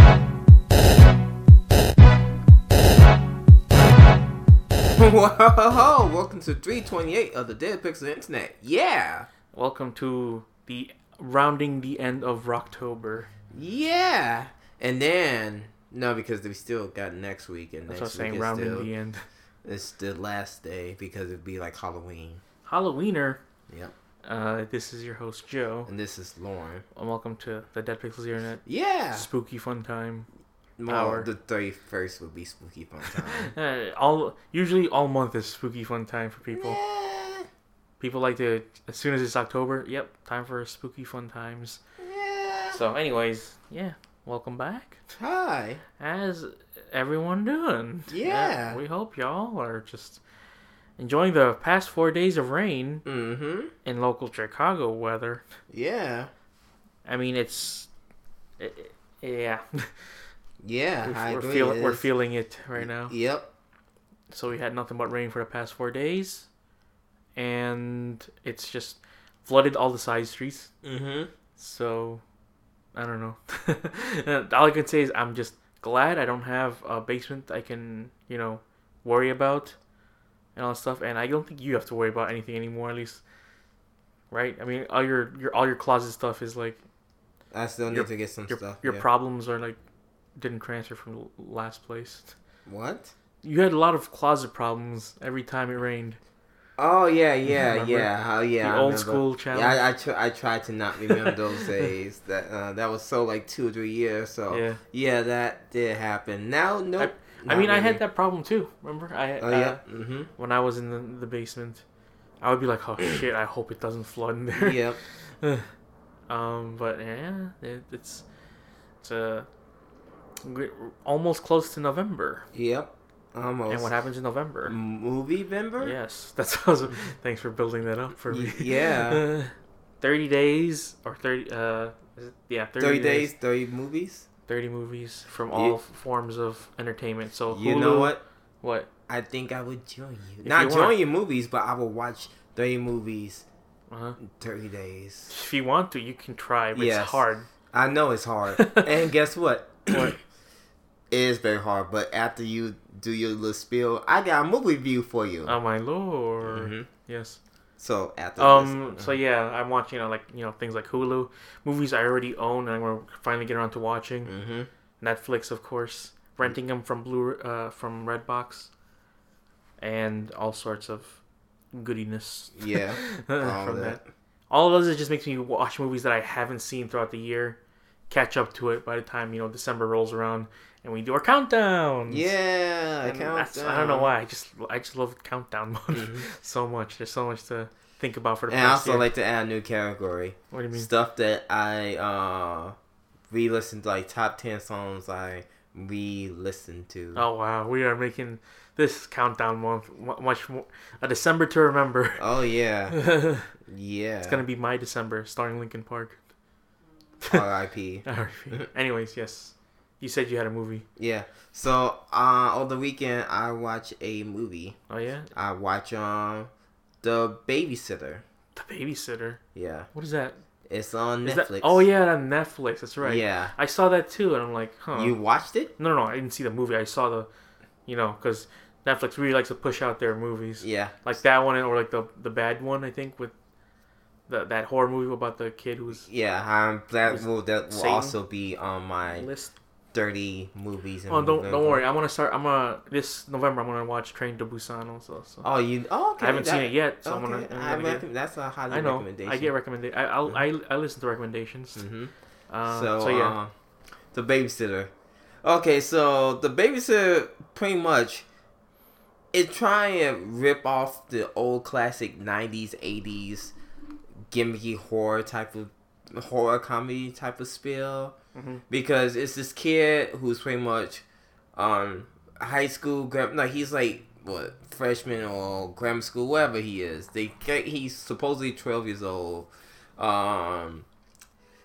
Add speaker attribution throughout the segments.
Speaker 1: Whoa, welcome to 328 of the Dead Pixel Internet. Yeah.
Speaker 2: Welcome to the rounding the end of Rocktober.
Speaker 1: Yeah. And then, no, because we still got next week, and
Speaker 2: That's what
Speaker 1: next
Speaker 2: I'm
Speaker 1: week
Speaker 2: saying,
Speaker 1: is
Speaker 2: rounding
Speaker 1: still,
Speaker 2: the end.
Speaker 1: it's the last day because it'd be like Halloween.
Speaker 2: Halloweener.
Speaker 1: Yep.
Speaker 2: Uh, this is your host Joe,
Speaker 1: And this is Lauren.
Speaker 2: and welcome to the Dead Pixels Internet
Speaker 1: Yeah.
Speaker 2: Spooky Fun Time.
Speaker 1: Well,
Speaker 2: Hour.
Speaker 1: the 31st would be spooky fun time.
Speaker 2: Uh, all usually all month is Spooky Fun Time for people.
Speaker 1: yeah.
Speaker 2: People like to as soon as it's October. Yep, time for Spooky Fun Times.
Speaker 1: Yeah.
Speaker 2: So, anyways, yeah, welcome back.
Speaker 1: Hi.
Speaker 2: How's everyone doing?
Speaker 1: Yeah.
Speaker 2: Uh, we hope y'all are just enjoying the past four days of rain.
Speaker 1: Mm hmm.
Speaker 2: in local Chicago weather.
Speaker 1: Yeah.
Speaker 2: I mean, it's it, it- yeah,
Speaker 1: Yeah.
Speaker 2: we're,
Speaker 1: I
Speaker 2: we're,
Speaker 1: agree,
Speaker 2: feel,
Speaker 1: it
Speaker 2: we're
Speaker 1: is.
Speaker 2: feeling it right now.
Speaker 1: Yep.
Speaker 2: So we had nothing but rain for the past four days, and it's just flooded all the side streets.
Speaker 1: Mm
Speaker 2: So I don't know. all I can say is I'm just glad I don't have a basement I can you know worry about and all that stuff. And I don't think you have to worry about anything anymore, at least. Right? I mean, all your your all your closet stuff is like
Speaker 1: hmm. I still need
Speaker 2: Your-
Speaker 1: to get some
Speaker 2: your,
Speaker 1: stuff.
Speaker 2: your
Speaker 1: yeah.
Speaker 2: problems are like didn't transfer from l- last place.
Speaker 1: what?
Speaker 2: You had a lot of closet problems every time it rained.
Speaker 1: Oh yeah, yeah,
Speaker 2: Remember?
Speaker 1: yeah. Oh yeah.
Speaker 2: the
Speaker 1: I
Speaker 2: old
Speaker 1: remember.
Speaker 2: school challenge.
Speaker 1: Yeah, I I, tr- I tried to not remember those days. That uh, that was so like two or three years. So yeah,
Speaker 2: Yeah.
Speaker 1: that did happen. Now no.
Speaker 2: I mean, I had that problem too. Remember? I
Speaker 1: Oh
Speaker 2: uh,
Speaker 1: yeah. Mm-hmm.
Speaker 2: when I was in the, the basement, I would be like, "Oh shit! I hope it doesn't flood in there."
Speaker 1: yep.
Speaker 2: Um, but yeah, it, it's it's uh, we almost close to November.
Speaker 1: Yep. Almost.
Speaker 2: And what happens in November?
Speaker 1: Movie member.
Speaker 2: Yes, that's awesome. Thanks for building that up for
Speaker 1: Y-
Speaker 2: me.
Speaker 1: yeah.
Speaker 2: thirty days or thirty. Uh, is it, yeah, thirty,
Speaker 1: Thirty days, thirty movies.
Speaker 2: thirty movies from
Speaker 1: You-
Speaker 2: all f- forms of entertainment. So
Speaker 1: You know
Speaker 2: Hulu-
Speaker 1: what?
Speaker 2: What?
Speaker 1: I think I would join you.
Speaker 2: If
Speaker 1: Not
Speaker 2: you
Speaker 1: join
Speaker 2: want.
Speaker 1: your movies, but I will watch thirty movies,
Speaker 2: Uh-huh.
Speaker 1: in thirty days.
Speaker 2: If you want to, you can try, but
Speaker 1: Yes.
Speaker 2: it's hard.
Speaker 1: I know it's hard. and guess what? it is very hard. But after you do your little spiel, I got a movie review for you.
Speaker 2: Oh my lord!
Speaker 1: Mhm.
Speaker 2: Yes.
Speaker 1: So after
Speaker 2: Um.
Speaker 1: this, Mm-hmm.
Speaker 2: So yeah, I'm watching you know, like you know things like Hulu, movies I already own, and I'm gonna finally get around to watching.
Speaker 1: Mhm.
Speaker 2: Netflix, of course, renting them from Blue uh, from Redbox, and all sorts of goodiness
Speaker 1: Oh, yeah, all
Speaker 2: from
Speaker 1: that.
Speaker 2: that. All of those it just makes me watch movies that I haven't seen throughout the year, catch up to it by the time you know December rolls around and we do our countdowns.
Speaker 1: Yeah,
Speaker 2: And that's- I don't know why. I just I just love countdown month so much. There's so much to think about for the
Speaker 1: Mm-hmm. And I
Speaker 2: past
Speaker 1: also
Speaker 2: year.
Speaker 1: like to add a new category:
Speaker 2: what do you mean?
Speaker 1: stuff that I uh re-listened, like top ten songs I re-listened to.
Speaker 2: Oh wow, we are making this countdown month mu- much more a December to remember.
Speaker 1: Oh, yeah,
Speaker 2: it's
Speaker 1: yeah.
Speaker 2: gonna be my December, starring Lincoln Park.
Speaker 1: R.I.P.
Speaker 2: R.I.P.. Anyways, yes, you said you had a movie.
Speaker 1: Yeah. So uh, on the weekend, I watch a movie.
Speaker 2: Oh yeah,
Speaker 1: I watch um the Babysitter.
Speaker 2: The Babysitter.
Speaker 1: Yeah,
Speaker 2: What is that?
Speaker 1: it's on
Speaker 2: Is that-
Speaker 1: Netflix.
Speaker 2: oh yeah, on Netflix. That's right.
Speaker 1: Yeah,
Speaker 2: I saw that too, and I'm like, huh.
Speaker 1: you watched it?
Speaker 2: No, no, no. I didn't see the movie. I saw the, you know, because Netflix really likes to push out their movies,
Speaker 1: Yeah,
Speaker 2: like that one, or like the the bad one. I think with the that horror movie about the kid who's
Speaker 1: yeah. Um, that
Speaker 2: Was
Speaker 1: will that will
Speaker 2: Satan?
Speaker 1: also be on my
Speaker 2: list.
Speaker 1: thirty movies. and
Speaker 2: Oh, don't
Speaker 1: movies.
Speaker 2: don't worry. I'm gonna start. I'm gonna this November. I'm gonna watch Train to Busan also. So.
Speaker 1: Oh, you? Oh, okay.
Speaker 2: I haven't
Speaker 1: that-
Speaker 2: seen it yet, so I'm gonna.
Speaker 1: okay,
Speaker 2: I'm
Speaker 1: I
Speaker 2: gonna get-
Speaker 1: recommend, that's a highly
Speaker 2: I know.
Speaker 1: recommendation.
Speaker 2: I get recommendation. I I'll, I I listen to recommendations.
Speaker 1: Mhm.
Speaker 2: Uh,
Speaker 1: so,
Speaker 2: so, yeah,
Speaker 1: um, the babysitter. Okay, so the babysitter pretty much it trying to rip off the old classic '90s, '80s gimmicky horror type of horror comedy type of spiel
Speaker 2: Mhm.
Speaker 1: because it's this kid who's pretty much um high school gram no he's like what freshman or grammar school whatever he is they get- he's supposedly 12 years old um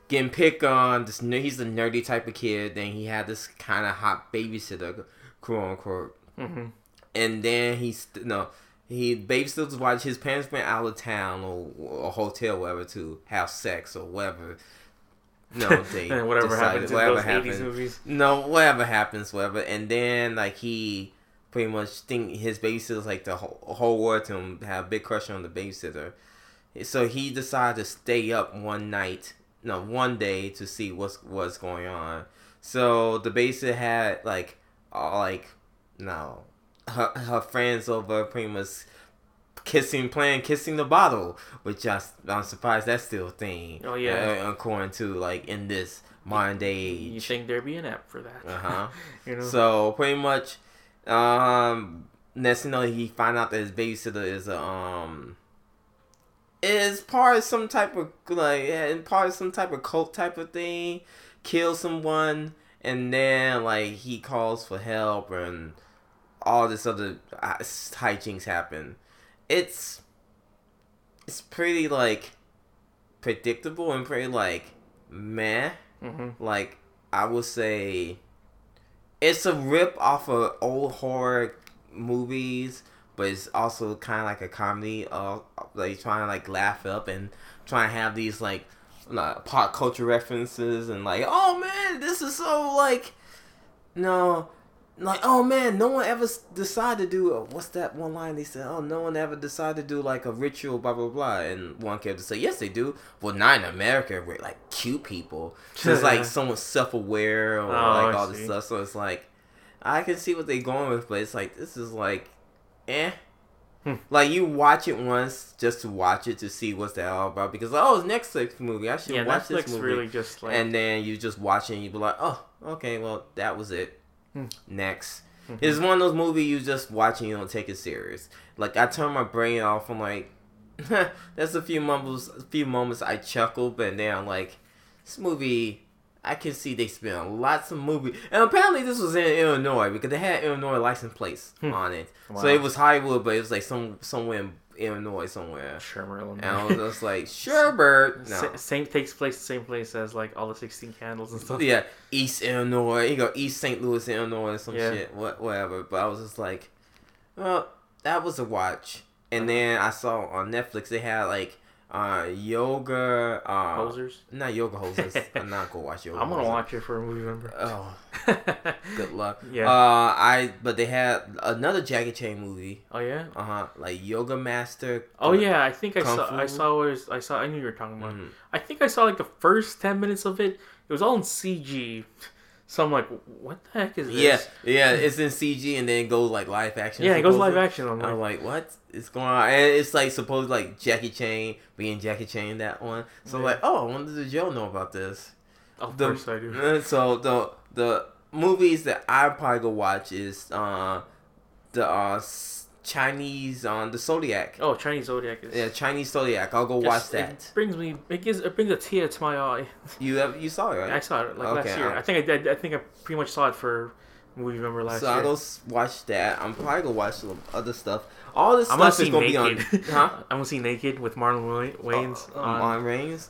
Speaker 1: getting picked on this ner- he's a nerdy type of kid then he had this kind of hot babysitter quote unquote
Speaker 2: Mhm.
Speaker 1: and then he's st- no he babysits his wife. His parents went out of town or, or a hotel, whatever, to have sex or whatever. No, they
Speaker 2: and whatever
Speaker 1: decided-
Speaker 2: happens in
Speaker 1: whatever
Speaker 2: those
Speaker 1: happened.
Speaker 2: '80s movies.
Speaker 1: No, whatever happens, whatever. And then like he pretty much think his babysitter's like the whole, whole world to him, have a big crush on the babysitter. So he decided to stay up one night, no, one day to see what's what's going on. So the babysitter had like, all like, no, her, her friends over pretty much kissing, playing kissing the bottle, which I, I'm surprised that's still a thing.
Speaker 2: Oh, yeah.
Speaker 1: uh, according to like in this modern day age.
Speaker 2: You think there'd be an app for that?
Speaker 1: Uh-huh.
Speaker 2: you know.
Speaker 1: So pretty much, um, next thing you know, he find out that his babysitter is a um, is part of some type of like and part of some type of cult type of thing, kill someone, and then like he calls for help and all this other uh, hijinks happen. It's it's pretty like predictable and pretty like meh
Speaker 2: hmm
Speaker 1: like I would say it's a rip off of old horror movies, but it's also kind of like a comedy. Uh, like trying to like laugh up and trying to have these like like, pop culture references and like, oh man, this is so like, no. Like oh man, no one ever s- decided to do uh, what's that one line they said? Oh, no one ever decided to do like a ritual, blah blah blah. And one character said, yes they do. Well, not in America, we're like cute people. So it's like someone self-aware or
Speaker 2: Oh,
Speaker 1: like
Speaker 2: I
Speaker 1: all this
Speaker 2: see.
Speaker 1: stuff. So it's like I can see what they're going with, but it's like this is like, eh.
Speaker 2: Hmm.
Speaker 1: Like you watch it once just to watch it to see what's that all about because oh it's Netflix movie I should
Speaker 2: Yeah,
Speaker 1: watch
Speaker 2: Netflix
Speaker 1: this movie
Speaker 2: really just like
Speaker 1: and then you just watch it and you be like oh okay well that was it
Speaker 2: Hmm.
Speaker 1: next
Speaker 2: Mhm.
Speaker 1: it's one of those movies you just watch and you don't take it serious like I turn my brain off I'm like that's a few moments a few moments I chuckle but then I'm like this movie I can see they spent lots of movie and apparently this was in Illinois because they had Illinois license plates
Speaker 2: Hmm.
Speaker 1: on it
Speaker 2: wow.
Speaker 1: so it was Hollywood but it was like some somewhere in Illinois somewhere
Speaker 2: Shermer
Speaker 1: and I was just like Sherbert no.
Speaker 2: Sa- same takes place the same place as like all the 16 candles and stuff
Speaker 1: Yeah, East Illinois. You go East St. Louis, Illinois, or some
Speaker 2: Yeah.
Speaker 1: shit, what, whatever. But I was just like, well, that was a watch. And then I saw on Netflix they had like uh yoga, uh,
Speaker 2: posers
Speaker 1: not yoga hoses. I'm not gonna watch yoga.
Speaker 2: i'm gonna
Speaker 1: hoses.
Speaker 2: watch it for a movie member
Speaker 1: Oh, good luck.
Speaker 2: Yeah.
Speaker 1: Uh, I but they had another Jackie Chan movie.
Speaker 2: oh yeah
Speaker 1: Uh huh. Like Yoga Master.
Speaker 2: oh yeah i think i
Speaker 1: Kung
Speaker 2: saw
Speaker 1: Fu?
Speaker 2: i saw was i saw i knew you were talking about
Speaker 1: Mhm.
Speaker 2: i think i saw like the first 10 minutes of it it was all in cg so i'm like what the heck is this
Speaker 1: Yeah, yeah. It's in CG and then it goes like live action.
Speaker 2: yeah it goes
Speaker 1: supposedly.
Speaker 2: live action i'm like
Speaker 1: I'm like, what is going on? And it's like supposed like Jackie Chan being Jackie Chan in that one. So
Speaker 2: Yeah.
Speaker 1: like, oh, I wonder did Joe know about this?
Speaker 2: of
Speaker 1: Uh, the-
Speaker 2: course i do
Speaker 1: And so the the movies that I probably go watch is uh the uh s- Chinese um the Zodiac.
Speaker 2: oh chinese zodiac is
Speaker 1: Yeah, Chinese Zodiac. I'll go watch
Speaker 2: just-
Speaker 1: that.
Speaker 2: It brings me. It gives. It brings a tear to my eye.
Speaker 1: You have you saw it,
Speaker 2: I
Speaker 1: right?
Speaker 2: saw it like
Speaker 1: Uh, Okay, uh,
Speaker 2: last year.
Speaker 1: I-
Speaker 2: I think I did. I think I pretty much saw it for movie member last
Speaker 1: So
Speaker 2: year.
Speaker 1: I'll go s- watch that. I'm probably gonna watch some other stuff. All this
Speaker 2: I'm gonna
Speaker 1: stuff is
Speaker 2: see
Speaker 1: gonna
Speaker 2: Naked.
Speaker 1: be on huh? Oh,
Speaker 2: I'm gonna see Naked with Marlon Wa- Wayans on, on,
Speaker 1: on Reigns.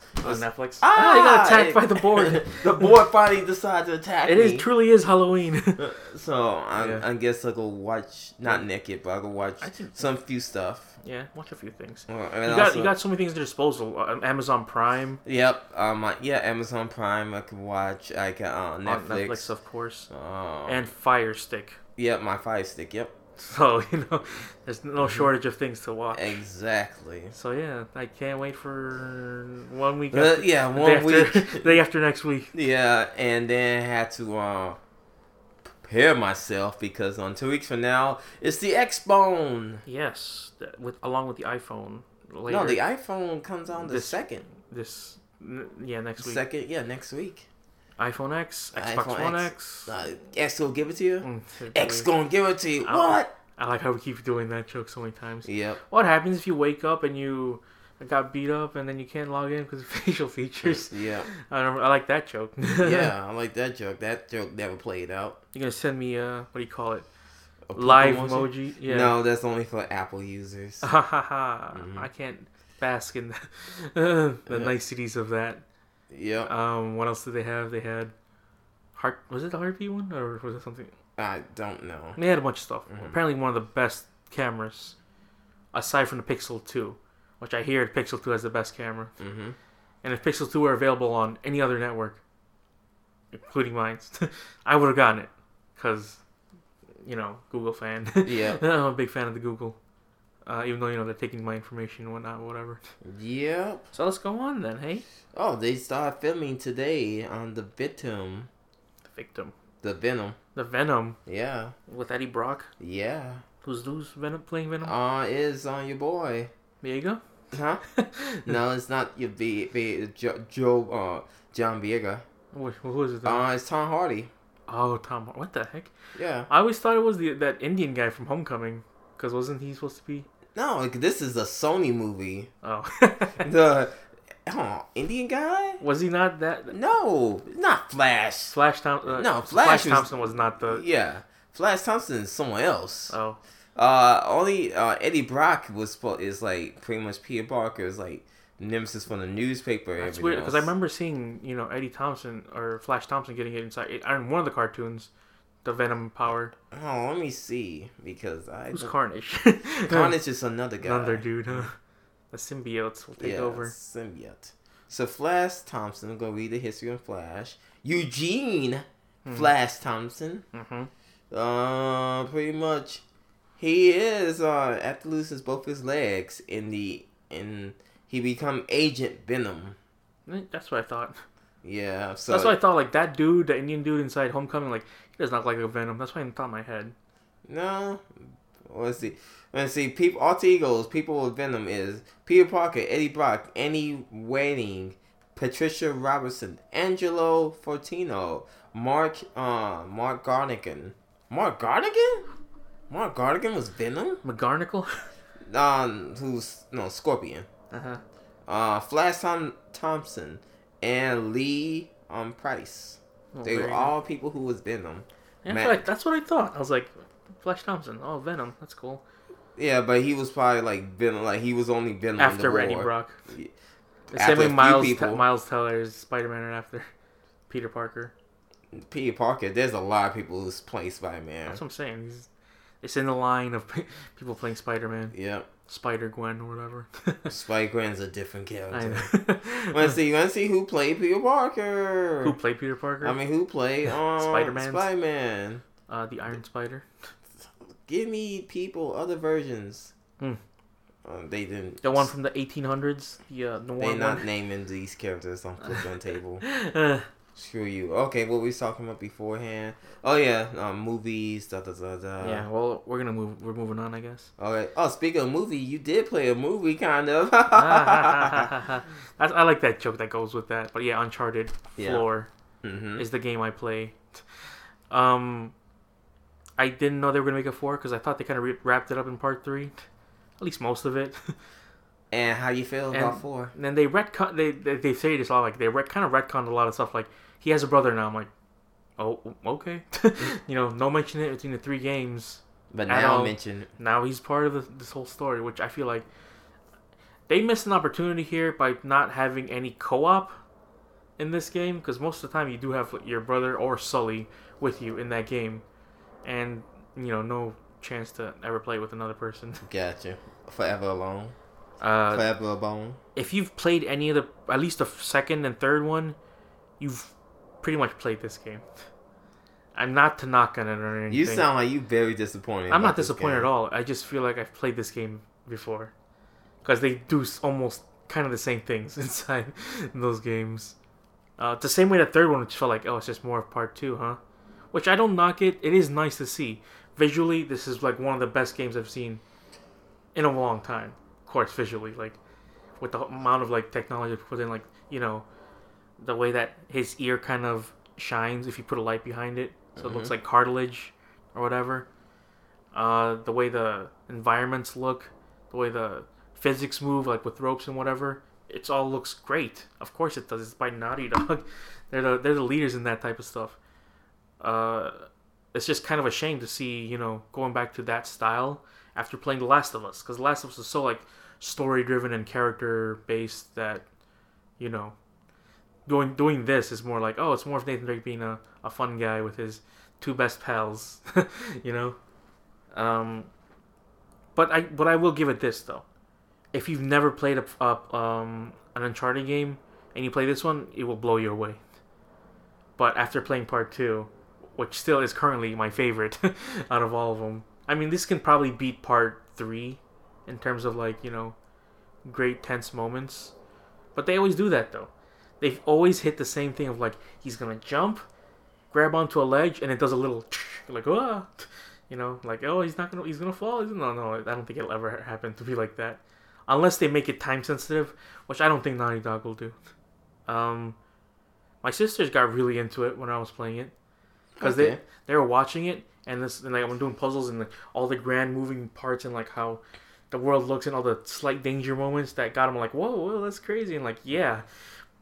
Speaker 2: Netflix.
Speaker 1: Ah,
Speaker 2: Ah, he got attacked by the board.
Speaker 1: the board finally decided to attack
Speaker 2: it
Speaker 1: me.
Speaker 2: is truly is Halloween.
Speaker 1: So I,
Speaker 2: Yeah.
Speaker 1: I guess I go watch not naked, but I go watch
Speaker 2: I think-
Speaker 1: some few stuff.
Speaker 2: yeah, watch a few things.
Speaker 1: Uh, and
Speaker 2: You got,
Speaker 1: also-
Speaker 2: you got so many things at your disposal. Um, Amazon Prime,
Speaker 1: Yep. Um. I- Yeah. Amazon Prime. I can watch. I can uh,
Speaker 2: on
Speaker 1: Netflix.
Speaker 2: Netflix, of course,
Speaker 1: Um,
Speaker 2: and Fire Stick.
Speaker 1: yep, my Fire Stick. Yep.
Speaker 2: So you know, there's
Speaker 1: Mm-hmm.
Speaker 2: no shortage of things to watch.
Speaker 1: Exactly.
Speaker 2: So yeah, I can't wait for one week.
Speaker 1: Uh,
Speaker 2: after-
Speaker 1: yeah.
Speaker 2: the
Speaker 1: One
Speaker 2: day
Speaker 1: week.
Speaker 2: after, day after next week.
Speaker 1: Yeah, and then I had to uh, prepare myself because on two weeks from now it's the X Bone.
Speaker 2: Yes, that- with along with the iPhone later.
Speaker 1: No, the iPhone comes on the
Speaker 2: This
Speaker 1: second.
Speaker 2: this n- yeah next week.
Speaker 1: Second. Yeah, next week.
Speaker 2: iPhone X, Xbox
Speaker 1: iPhone
Speaker 2: One
Speaker 1: X.
Speaker 2: X.
Speaker 1: Uh, X will give it to you.
Speaker 2: Mm, typically.
Speaker 1: X gonna give it to you.
Speaker 2: Ow.
Speaker 1: What?
Speaker 2: I like how we keep doing that joke so many times.
Speaker 1: Yep.
Speaker 2: What happens if you wake up and you got beat up and then you can't log in because of facial features?
Speaker 1: Yeah.
Speaker 2: I, remember, I like that joke.
Speaker 1: Yeah, I like that joke. That joke never played out.
Speaker 2: You're gonna send me uh what do you call it?
Speaker 1: A
Speaker 2: Live
Speaker 1: Pokemon
Speaker 2: emoji?
Speaker 1: shit?
Speaker 2: Yeah.
Speaker 1: No, that's only for Apple users.
Speaker 2: Ha ha ha!
Speaker 1: Mhm.
Speaker 2: I can't bask in the, the
Speaker 1: Yeah.
Speaker 2: niceties of that.
Speaker 1: Yep.
Speaker 2: Um, what else did they have? They had heart. Was it the heartbeat one or was it something?
Speaker 1: I don't know.
Speaker 2: They had a bunch of stuff.
Speaker 1: Mhm.
Speaker 2: Apparently, one of the best cameras, aside from the Pixel 2, which I hear the Pixel 2 has the best camera.
Speaker 1: Mm-hmm.
Speaker 2: And if Pixel 2 were available on any other network, including mine, I would have gotten it because you know Google fan.
Speaker 1: Yeah.
Speaker 2: I'm a big fan of the Google, uh, even though you know they're taking my information and whatnot, whatever.
Speaker 1: Yep.
Speaker 2: So let's go on then. Hey,
Speaker 1: Oh, they start filming today on the Victim,
Speaker 2: the victim,
Speaker 1: the Venom.
Speaker 2: the Venom
Speaker 1: Yeah,
Speaker 2: with Eddie Brock,
Speaker 1: yeah.
Speaker 2: who's who's Venom playing Venom.
Speaker 1: Uh, is on your boy,
Speaker 2: Viega.
Speaker 1: huh? no, it's not your B, B Joe, Joe uh John Viega.
Speaker 2: Wh- Who is it? then?
Speaker 1: Uh, it's Tom Hardy.
Speaker 2: oh, Tom. What the heck?
Speaker 1: Yeah.
Speaker 2: I always thought it was the that Indian guy from Homecoming, because wasn't he supposed to be?
Speaker 1: No, like, this is a Sony movie.
Speaker 2: Oh,
Speaker 1: The oh, Indian guy?
Speaker 2: was he not that?
Speaker 1: No, not Flash.
Speaker 2: Flash Thompson. Uh,
Speaker 1: No,
Speaker 2: Flash,
Speaker 1: Flash was-
Speaker 2: Thompson was not the.
Speaker 1: Yeah, Flash Thompson is someone else.
Speaker 2: Oh,
Speaker 1: Uh, only uh, Eddie Brock was spo- is like pretty much Peter Parker is like nemesis from the newspaper. and
Speaker 2: that's
Speaker 1: everything
Speaker 2: weird because I
Speaker 1: else.
Speaker 2: remember seeing you know Eddie Thompson or Flash Thompson getting it inside it- in one of the cartoons, the Venom power.
Speaker 1: Oh, let me see because I
Speaker 2: Who's Carnage?
Speaker 1: Carnage is another guy.
Speaker 2: Another dude. Huh? The symbiotes will take
Speaker 1: yeah,
Speaker 2: over.
Speaker 1: symbiote. So Flash Thompson, I'm gonna read the history of Flash. Eugene
Speaker 2: Hmm.
Speaker 1: Flash Thompson.
Speaker 2: Mm-hmm.
Speaker 1: Uh, pretty much, he is uh after loses both his legs in the and he become Agent Venom.
Speaker 2: Eh, That's what I thought.
Speaker 1: Yeah, so
Speaker 2: That's what I thought. Like that dude, the Indian dude inside Homecoming, like he does not look like a Venom. That's why I thought in my head.
Speaker 1: No. Let's see. Let's see. People, alter egos, people with Venom is Peter Parker, Eddie Brock, Annie Waiting, Patricia Robertson, Angelo Fortino, Mark, uh, Mark Garnigan. Mark Garnigan? Mark Garnigan was Venom?
Speaker 2: McGarnacle.
Speaker 1: Um, who's, no, Scorpion.
Speaker 2: uh huh.
Speaker 1: Uh, Flash Tom- Thompson and Lee, um, Price.
Speaker 2: Oh,
Speaker 1: They were all people who was Venom.
Speaker 2: Yeah,
Speaker 1: Matt-
Speaker 2: that's, what I, that's what I thought. I was like, Flash Thompson. Oh, Venom. That's cool.
Speaker 1: Yeah, but he was probably like Venom, like he was only Venom in
Speaker 2: after
Speaker 1: the
Speaker 2: Eddie
Speaker 1: war.
Speaker 2: Brock.
Speaker 1: Yeah.
Speaker 2: The
Speaker 1: After
Speaker 2: same way
Speaker 1: a few
Speaker 2: Miles
Speaker 1: people.
Speaker 2: Miles Teller is Spider Man right after Peter Parker.
Speaker 1: Peter Parker, there's a lot of people who's playing Spider Man.
Speaker 2: That's what I'm saying. He's, it's in the line of people playing Spider Man,
Speaker 1: Yep.
Speaker 2: Spider Gwen, or whatever.
Speaker 1: Spider Gwen's a different
Speaker 2: I
Speaker 1: character.
Speaker 2: know.
Speaker 1: Let's see, let's see who played Peter Parker.
Speaker 2: Who played Peter Parker?
Speaker 1: I mean, who played um, Spider
Speaker 2: Spider-Man's-
Speaker 1: Man? Spider Man.
Speaker 2: uh, the Iron Spider.
Speaker 1: Give me people, other versions.
Speaker 2: Hmm.
Speaker 1: Uh, they didn't.
Speaker 2: The one from the 1800s. The uh, noir
Speaker 1: They're
Speaker 2: one.
Speaker 1: not naming these characters on the table.
Speaker 2: Uh,
Speaker 1: Screw you. Okay, what we was talking about beforehand. Oh, yeah, um, movies, da da da da.
Speaker 2: yeah. Well, we're gonna move. We're moving on, I guess.
Speaker 1: Okay. Oh, speaking of movie, you did play a movie, kind of.
Speaker 2: That's, I like that joke that goes with that. But yeah, Uncharted
Speaker 1: Yeah.
Speaker 2: floor.
Speaker 1: hmm
Speaker 2: is the game I play. Um, I didn't know they were gonna make a four because I thought they kind of re- wrapped it up in part three, at least most of it.
Speaker 1: And how you feel about
Speaker 2: And-
Speaker 1: four?
Speaker 2: and then they retcon they they, they say this a lot like they ret- kind of retconned a lot of stuff like he has a brother now. I'm like, oh okay, you know, no mention it between the three games.
Speaker 1: But
Speaker 2: At
Speaker 1: now
Speaker 2: all.
Speaker 1: mention
Speaker 2: Now he's part of the, this whole story, which I feel like they missed an opportunity here by not having any co-op in this game because most of the time you do have your brother or Sully with you in that game, and you know no chance to ever play with another person.
Speaker 1: Gotcha. Forever alone.
Speaker 2: Uh,
Speaker 1: Forever alone.
Speaker 2: if you've played any of the at least the second and third one, you've pretty much played this game. I'm not to knock on it or anything.
Speaker 1: You sound like you very disappointed.
Speaker 2: I'm not disappointed at all. I just feel like I've played this game before, because they do s- almost kind of the same things inside those games. Uh, it's the same way the third one, which felt like, oh, it's just more of part two, huh? Which I don't knock it. It is nice to see. Visually, this is like one of the best games I've seen in a long time. Of course, visually, like with the amount of like technology put in, like you know, the way that his ear kind of shines if you put a light behind it, so it looks like cartilage or whatever uh, the way the environments look, the way the physics move, like with ropes and whatever, it all looks great. Of course it does. It's by Naughty Dog. they're the they're the leaders in that type of stuff. Uh, it's just kind of a shame to see you know going back to that style after playing The Last of Us because The Last of Us is so like story driven and character based that you know doing doing this is more like oh it's more of Nathan Drake being a, a fun guy with his two best pals you know um, but I but I will give it this though, if you've never played a, a um, an Uncharted game and you play this one, it will blow you away. But after playing part two, which still is currently my favorite out of all of them. I mean, this can probably beat part three in terms of like you know great tense moments, but they always do that though. They've always hit the same thing of like he's gonna jump, grab onto a ledge, and it does a little like ah, you know, like oh he's not gonna he's gonna fall. No, no, I don't think it'll ever happen to be like that, unless they make it time sensitive, which I don't think Naughty Dog will do. Um, my sisters got really into it when I was playing it because
Speaker 1: Okay.
Speaker 2: they they were watching it and this and like I'm doing puzzles and like, all the grand moving parts and like how the world looks and all the slight danger moments that got them like whoa whoa that's crazy and like yeah,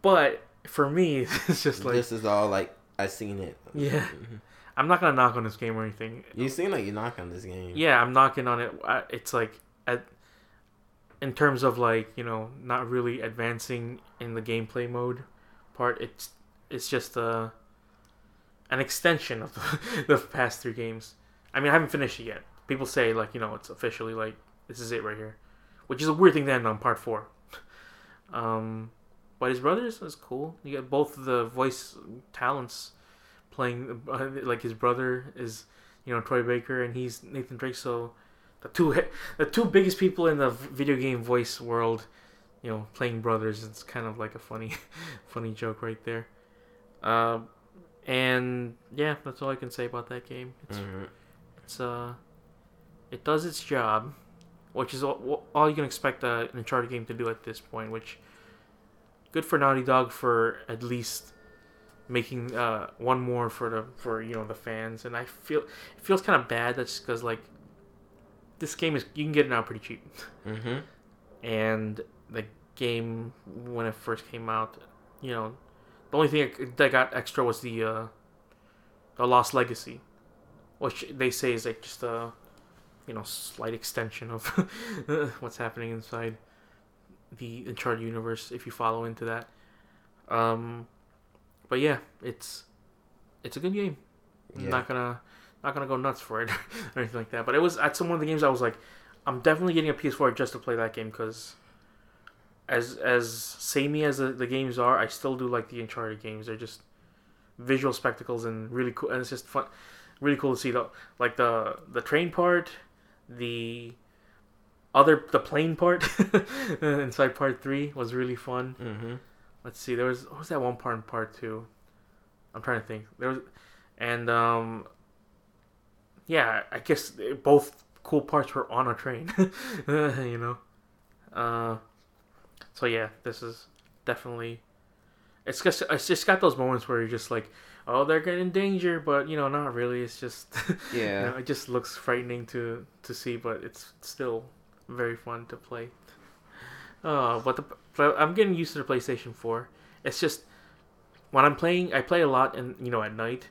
Speaker 2: but for me it's just like
Speaker 1: this is all like I seen it.
Speaker 2: yeah I'm not gonna knock on this game or anything
Speaker 1: You seem like you knock on this game.
Speaker 2: yeah I'm knocking on it I, it's like at in terms of like you know not really advancing in the gameplay mode part it's it's just uh an extension of the, the past three games. I mean, I haven't finished it yet. People say like, you know, it's officially like this is it right here, which is a weird thing to end on part four. Um, but his brothers is cool. You got both of the voice talents playing. uh, Like his brother is, you know, Troy Baker and he's Nathan Drake. So the two the two biggest people in the v- video game voice world, you know, playing brothers. It's kind of like a funny, funny joke right there. Um, and yeah, that's all I can say about that game. It's,
Speaker 1: Mhm.
Speaker 2: it's uh, it does its job, which is all, all you can expect a, an Uncharted game to do at this point. Which good for Naughty Dog for at least making uh, one more for the for you know the fans. And I feel it feels kind of bad that's because like this game is you can get it now pretty cheap
Speaker 1: Mhm.
Speaker 2: and the game when it first came out, you know, the only thing that got extra was the uh, the Lost Legacy, which they say is like just uh, a you know slight extension of what's happening inside the Uncharted universe if you follow into that. Um, but yeah, it's it's a good game.
Speaker 1: Yeah.
Speaker 2: Not gonna not gonna go nuts for it or anything like that. But it was at some one of the games I was like, I'm definitely getting a PS4 just to play that game because as as samey as the, the games are, I still do like the Uncharted games. They're just visual spectacles and really cool, and it's just fun, really cool to see the like the the train part, the other the plane part inside part three was really fun
Speaker 1: Mhm.
Speaker 2: let's see there was what was that one part in part two i'm trying to think there was and um yeah i guess they- both cool parts were on a train you know uh so yeah this is definitely it's just it's just got those moments where you're just like oh they're getting in danger but you know not really it's just you
Speaker 1: Yeah.
Speaker 2: know, it just looks frightening to to see, but it's still very fun to play. Uh, but the but I'm getting used to the PlayStation 4. It's just when I'm playing, I play a lot, and you know at night,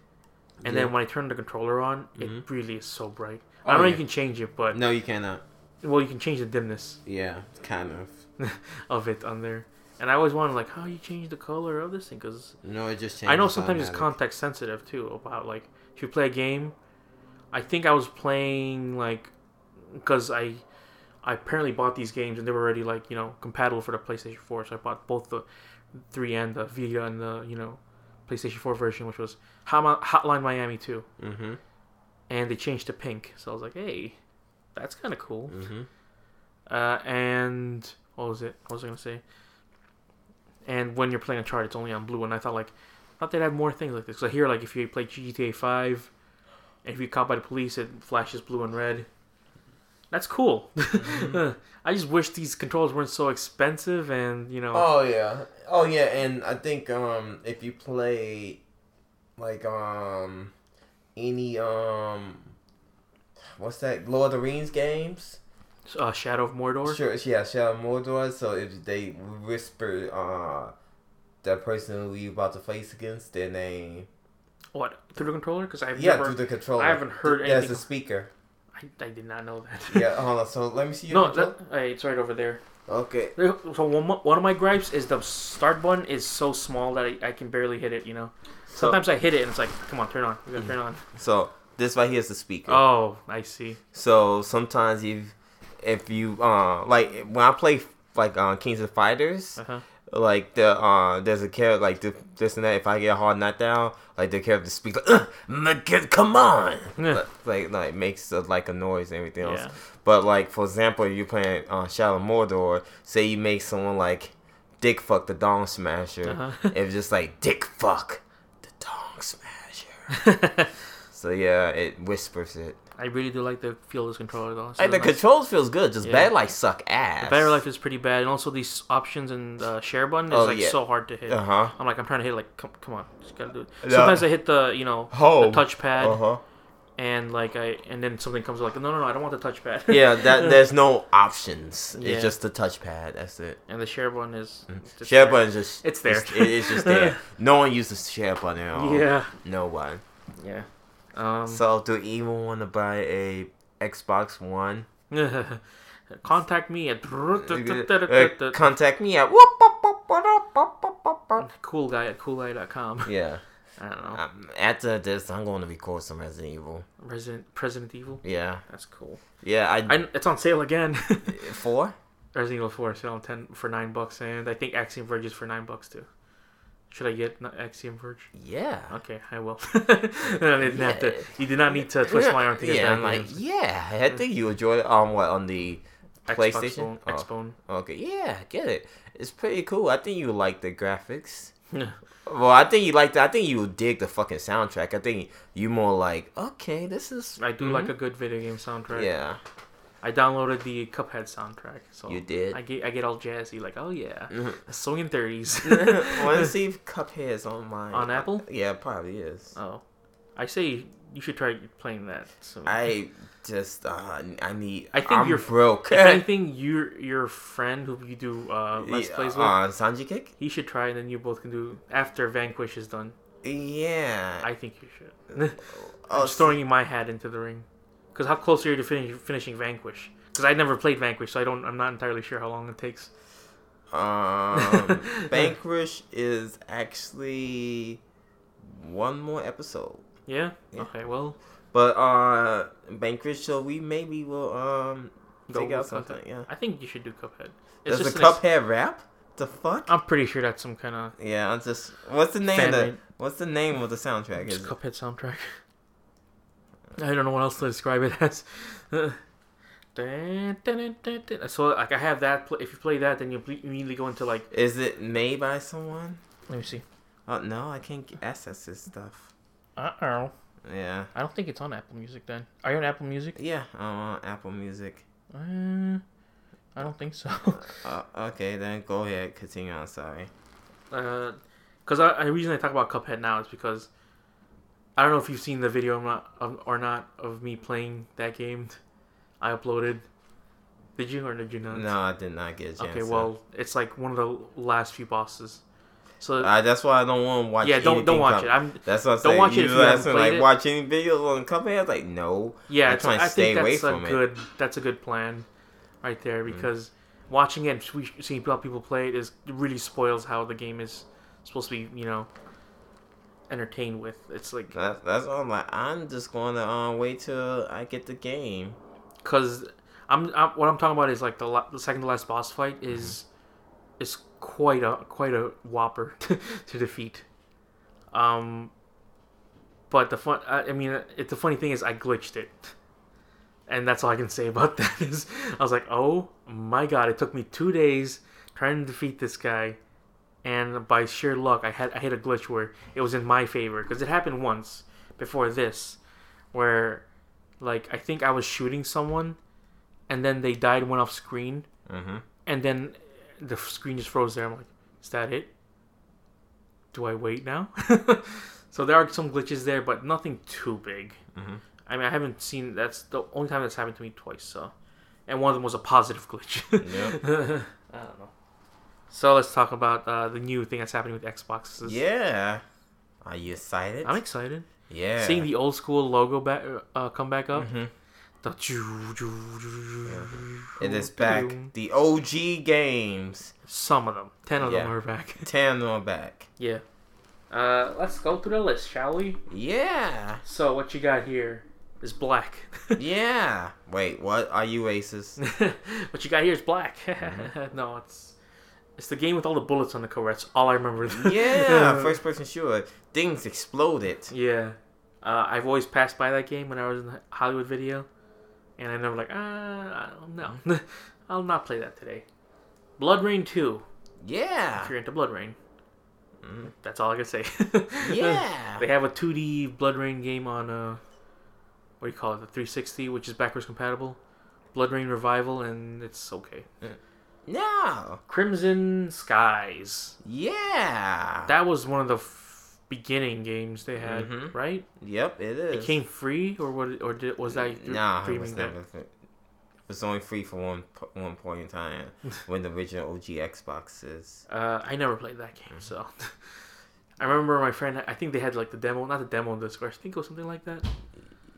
Speaker 2: and
Speaker 1: Yeah.
Speaker 2: then when I turn the controller on,
Speaker 1: Mhm.
Speaker 2: it really is so bright.
Speaker 1: Oh,
Speaker 2: I don't know
Speaker 1: yeah.
Speaker 2: if you can change it, but
Speaker 1: No, you cannot.
Speaker 2: well, you can change the dimness
Speaker 1: Yeah, kind of.
Speaker 2: of it on there. And I always wonder like how you change the color of this thing because
Speaker 1: No, it just changes.
Speaker 2: I know sometimes it's
Speaker 1: automatic.
Speaker 2: context sensitive too. About like if you play a game, I think I was playing like because I I apparently bought these games and they were already like you know compatible for the PlayStation Four, so I bought both the three and the Vita and the you know PlayStation Four version, which was Hama- Hotline Miami two,
Speaker 1: Mhm.
Speaker 2: and they changed to pink. So I was like, hey, that's kind of cool.
Speaker 1: Mhm.
Speaker 2: Uh, and what was it? What was I gonna say? And when you're playing a chart, it's only on blue. And I thought like, I thought they'd have more things like this. So here, like if you play GTA Five, and if you caught by the police, it flashes blue and red. That's cool. I just wish these controls weren't so expensive, and you know,
Speaker 1: Oh yeah. Oh yeah, and I think um if you play like um any um what's that Lord of the Rings games?
Speaker 2: uh, Shadow of Mordor.
Speaker 1: Sure, yeah, Shadow of Mordor. So if they whisper uh that person who you about to face against their name,
Speaker 2: What through the controller? Because I've
Speaker 1: yeah,
Speaker 2: never,
Speaker 1: through the controller.
Speaker 2: I haven't heard
Speaker 1: Th- There's
Speaker 2: anything.
Speaker 1: a speaker.
Speaker 2: I, I did not know that.
Speaker 1: Yeah, hold on. So let me see your
Speaker 2: no,
Speaker 1: controller.
Speaker 2: that, hey, it's right over there.
Speaker 1: Okay.
Speaker 2: So one, mo- one of my gripes is the start button is so small that I, I can barely hit it. You know, sometimes I hit it and it's like, come on, turn on, you gotta turn on.
Speaker 1: So this right here is the speaker.
Speaker 2: Oh, I see.
Speaker 1: So sometimes if if you uh like when I play like uh, Kings of Fighters,
Speaker 2: Uh huh.
Speaker 1: like the uh there's a character like th- this and that if i get a hard knockdown like the character speaks like "Ugh, ma- get- come on
Speaker 2: Yeah.
Speaker 1: like, like like, makes a, like a noise and everything else
Speaker 2: Yeah.
Speaker 1: but like for example you playing uh shadow of mordor say you make someone like dick fuck the dong smasher
Speaker 2: Uh-huh.
Speaker 1: it was just like dick fuck the dong smasher
Speaker 2: I
Speaker 1: so yeah it whispers it
Speaker 2: Uh-huh. really do like the feelless controller though. It's
Speaker 1: and the
Speaker 2: really nice.
Speaker 1: controls feels good just
Speaker 2: Yeah.
Speaker 1: bad like suck ass
Speaker 2: The battery life is pretty bad, and also these options and the share button is
Speaker 1: Oh,
Speaker 2: like
Speaker 1: yeah.
Speaker 2: so hard to hit.
Speaker 1: uh-huh
Speaker 2: I'm like, I'm trying to hit like, come, come on, just gotta do it.
Speaker 1: No.
Speaker 2: Sometimes I hit the, you know,
Speaker 1: Home.
Speaker 2: the touchpad,
Speaker 1: uh-huh
Speaker 2: and like I, and then something comes like, no, no, no, I don't want the touchpad.
Speaker 1: yeah, that there's no options.
Speaker 2: Yeah.
Speaker 1: It's just the touchpad. That's it.
Speaker 2: and the share button is just
Speaker 1: Mm. share
Speaker 2: there.
Speaker 1: button just
Speaker 2: It's there.
Speaker 1: It's, it- it's just there. no one uses share button at all.
Speaker 2: Yeah,
Speaker 1: No one.
Speaker 2: yeah. Um,
Speaker 1: So do you even want to buy a Xbox One?
Speaker 2: contact me at
Speaker 1: Uh, contact me at whoop, whoop, whoop, whoop, whoop, whoop, whoop, whoop.
Speaker 2: cool guy at coolguy.com.
Speaker 1: Yeah.
Speaker 2: I don't know.
Speaker 1: Um, after this, I'm going to record some Resident Evil.
Speaker 2: Resident President Evil.
Speaker 1: Yeah.
Speaker 2: That's cool.
Speaker 1: Yeah. I,
Speaker 2: And it's on sale again.
Speaker 1: four.
Speaker 2: Resident Evil 4 is sale on 10 for 9 bucks and I think Axiom Verge is for 9 bucks too. Should I get n- Axiom Verge?
Speaker 1: Yeah.
Speaker 2: Okay, I will. I didn't have to. You did not need to twist my arm to get
Speaker 1: yeah,
Speaker 2: that.
Speaker 1: I'm like,
Speaker 2: game.
Speaker 1: yeah, I think you enjoy it on what on the
Speaker 2: Xbox
Speaker 1: PlayStation?
Speaker 2: Bone-
Speaker 1: Oh.
Speaker 2: Xbone.
Speaker 1: Okay, yeah, I get it. It's pretty cool. I think you like the graphics.
Speaker 2: Yeah.
Speaker 1: Well, I think you like the, I think you dig the fucking soundtrack. I think you more like, okay, this is
Speaker 2: I do like
Speaker 1: Mhm.
Speaker 2: a good video game soundtrack.
Speaker 1: yeah.
Speaker 2: I downloaded the Cuphead soundtrack. So
Speaker 1: You did?
Speaker 2: I get I get all jazzy like, oh yeah,
Speaker 1: Mhm.
Speaker 2: swinging thirties.
Speaker 1: Want to see if Cuphead is on mine?
Speaker 2: On Apple?
Speaker 1: Yeah, it probably is.
Speaker 2: oh, I say you should try playing that. So
Speaker 1: I just uh, I need.
Speaker 2: I think
Speaker 1: I'm
Speaker 2: you're-
Speaker 1: broke.
Speaker 2: if anything, your your friend who you do uh, let's
Speaker 1: Yeah,
Speaker 2: plays with,
Speaker 1: uh, Sanji Kick.
Speaker 2: he should try, and then you both can do after Vanquish is done.
Speaker 1: Yeah.
Speaker 2: I think you should.
Speaker 1: Oh,
Speaker 2: I'm just throwing my hat into the ring. Because how close are you to finish, finishing Vanquish? Because I never played Vanquish, so I don't. I'm not entirely sure how long it takes.
Speaker 1: Um, Bankrush is actually one more episode,
Speaker 2: Yeah.
Speaker 1: Yeah.
Speaker 2: Okay. Well,
Speaker 1: but uh, Bankrush. So we maybe will um
Speaker 2: Go
Speaker 1: take out
Speaker 2: with Cuphead.
Speaker 1: something. Yeah,
Speaker 2: I think you should do Cuphead. It's
Speaker 1: there's a
Speaker 2: just an ex-
Speaker 1: Cuphead rap. The fuck?
Speaker 2: I'm pretty sure that's some kind of
Speaker 1: yeah, I'm just. What's the name?
Speaker 2: Fan
Speaker 1: Of the,
Speaker 2: rate.
Speaker 1: what's the name of the soundtrack?
Speaker 2: just
Speaker 1: Is it?
Speaker 2: Cuphead soundtrack. I don't know what else to describe it as. Dun, dun, dun, dun. so like I have that. Pl- if you play that, then you ble- immediately go into like
Speaker 1: Is it made by someone?
Speaker 2: let me see.
Speaker 1: Oh no, I can't get- access this stuff.
Speaker 2: Uh oh.
Speaker 1: Yeah,
Speaker 2: I don't think it's on Apple Music. Then are you on Apple Music?
Speaker 1: yeah. I'm on Apple Music.
Speaker 2: Uh, I don't think so.
Speaker 1: Uh, okay, then go ahead. Continue on. Sorry.
Speaker 2: because Uh, I, I the reason I talk about Cuphead now is because I don't know if you've seen the video or not, of, or not of me playing that game. I uploaded. Did you or did you not?
Speaker 1: No, I did not get a chance.
Speaker 2: Okay,
Speaker 1: to-
Speaker 2: well, it's like one of the last few bosses. So
Speaker 1: Uh, that's why I don't want to watch.
Speaker 2: yeah, don't don't
Speaker 1: anything
Speaker 2: watch
Speaker 1: from-
Speaker 2: it. I'm
Speaker 1: That's what I'm
Speaker 2: Don't
Speaker 1: saying.
Speaker 2: watch it
Speaker 1: you
Speaker 2: if you
Speaker 1: were
Speaker 2: haven't
Speaker 1: asking,
Speaker 2: played
Speaker 1: like
Speaker 2: it.
Speaker 1: watch any videos on Cuphead. I was like, no.
Speaker 2: yeah,
Speaker 1: I'm
Speaker 2: it's,
Speaker 1: trying to
Speaker 2: I
Speaker 1: stay
Speaker 2: think
Speaker 1: away
Speaker 2: that's a
Speaker 1: from it. Mm-hmm.
Speaker 2: good that's a good plan, right there because watching it, we seeing how people play it is it really spoils how the game is supposed to be, you know, entertained with. It's like
Speaker 1: That's that's why I'm like, I'm just going to um, wait till I get the game.
Speaker 2: because I'm, I'm what I'm talking about is like the, la- the second to last boss fight is is quite a quite a whopper to defeat. Um, but the fun I, I mean uh, it, the funny thing is I glitched it, and that's all I can say about that is I was like oh my god it took me two days trying to defeat this guy. And by sheer luck, I had I hit a glitch where it was in my favor because it happened once before this, where like I think I was shooting someone, and then they died, went off screen,
Speaker 1: Mm-hmm.
Speaker 2: and then the f- screen just froze there. I'm like, is that it? Do I wait now? so there are some glitches there, but nothing too big.
Speaker 1: Mhm.
Speaker 2: I mean, I haven't seen that's the only time that's happened to me twice. So, and one of them was a positive glitch. I don't know. So let's talk about uh, the new thing that's happening with Xboxes.
Speaker 1: Yeah. Are you excited?
Speaker 2: I'm excited.
Speaker 1: yeah.
Speaker 2: Seeing the old school logo back uh, come back up.
Speaker 1: Mhm.
Speaker 2: The ju- ju- ju-
Speaker 1: It is back. The OG games.
Speaker 2: Some of them, ten of them
Speaker 1: Yeah.
Speaker 2: are back.
Speaker 1: Ten are back.
Speaker 2: yeah. Uh, let's go through the list, shall we?
Speaker 1: Yeah.
Speaker 2: So what you got here is black.
Speaker 1: Yeah. Wait, what? Are you racist?
Speaker 2: what you got here is black. no, it's It's the game with all the bullets on the cover. That's all I remember.
Speaker 3: Yeah, first person shooter. Things exploded.
Speaker 2: Yeah. Uh, I've always passed by that game when I was in the Hollywood video, and I never like ah no, I'll not play that today. Blood Rain Two. If
Speaker 3: Yeah.
Speaker 2: you're into Blood Rain,
Speaker 3: Mm.
Speaker 2: that's all I can say.
Speaker 3: Yeah.
Speaker 2: They have a 2D Blood Rain game on uh, what do you call it, the 360, which is backwards compatible. Blood Rain Revival, and it's okay.
Speaker 3: No.
Speaker 2: Crimson Skies.
Speaker 3: Yeah.
Speaker 2: That was one of the f- beginning games they had,
Speaker 3: Mhm.
Speaker 2: right?
Speaker 3: Yep, it is.
Speaker 2: It came free, or what? Or did, was that th-
Speaker 3: Nah, it
Speaker 2: streaming
Speaker 3: was
Speaker 2: that-
Speaker 3: never. It was only free for one po- one point in time when the original OG Xboxes.
Speaker 2: Uh, I never played that
Speaker 3: Mm-hmm.
Speaker 2: game, so I remember my friend. I think they had like the demo, not the demo disc, or I think it was something like that,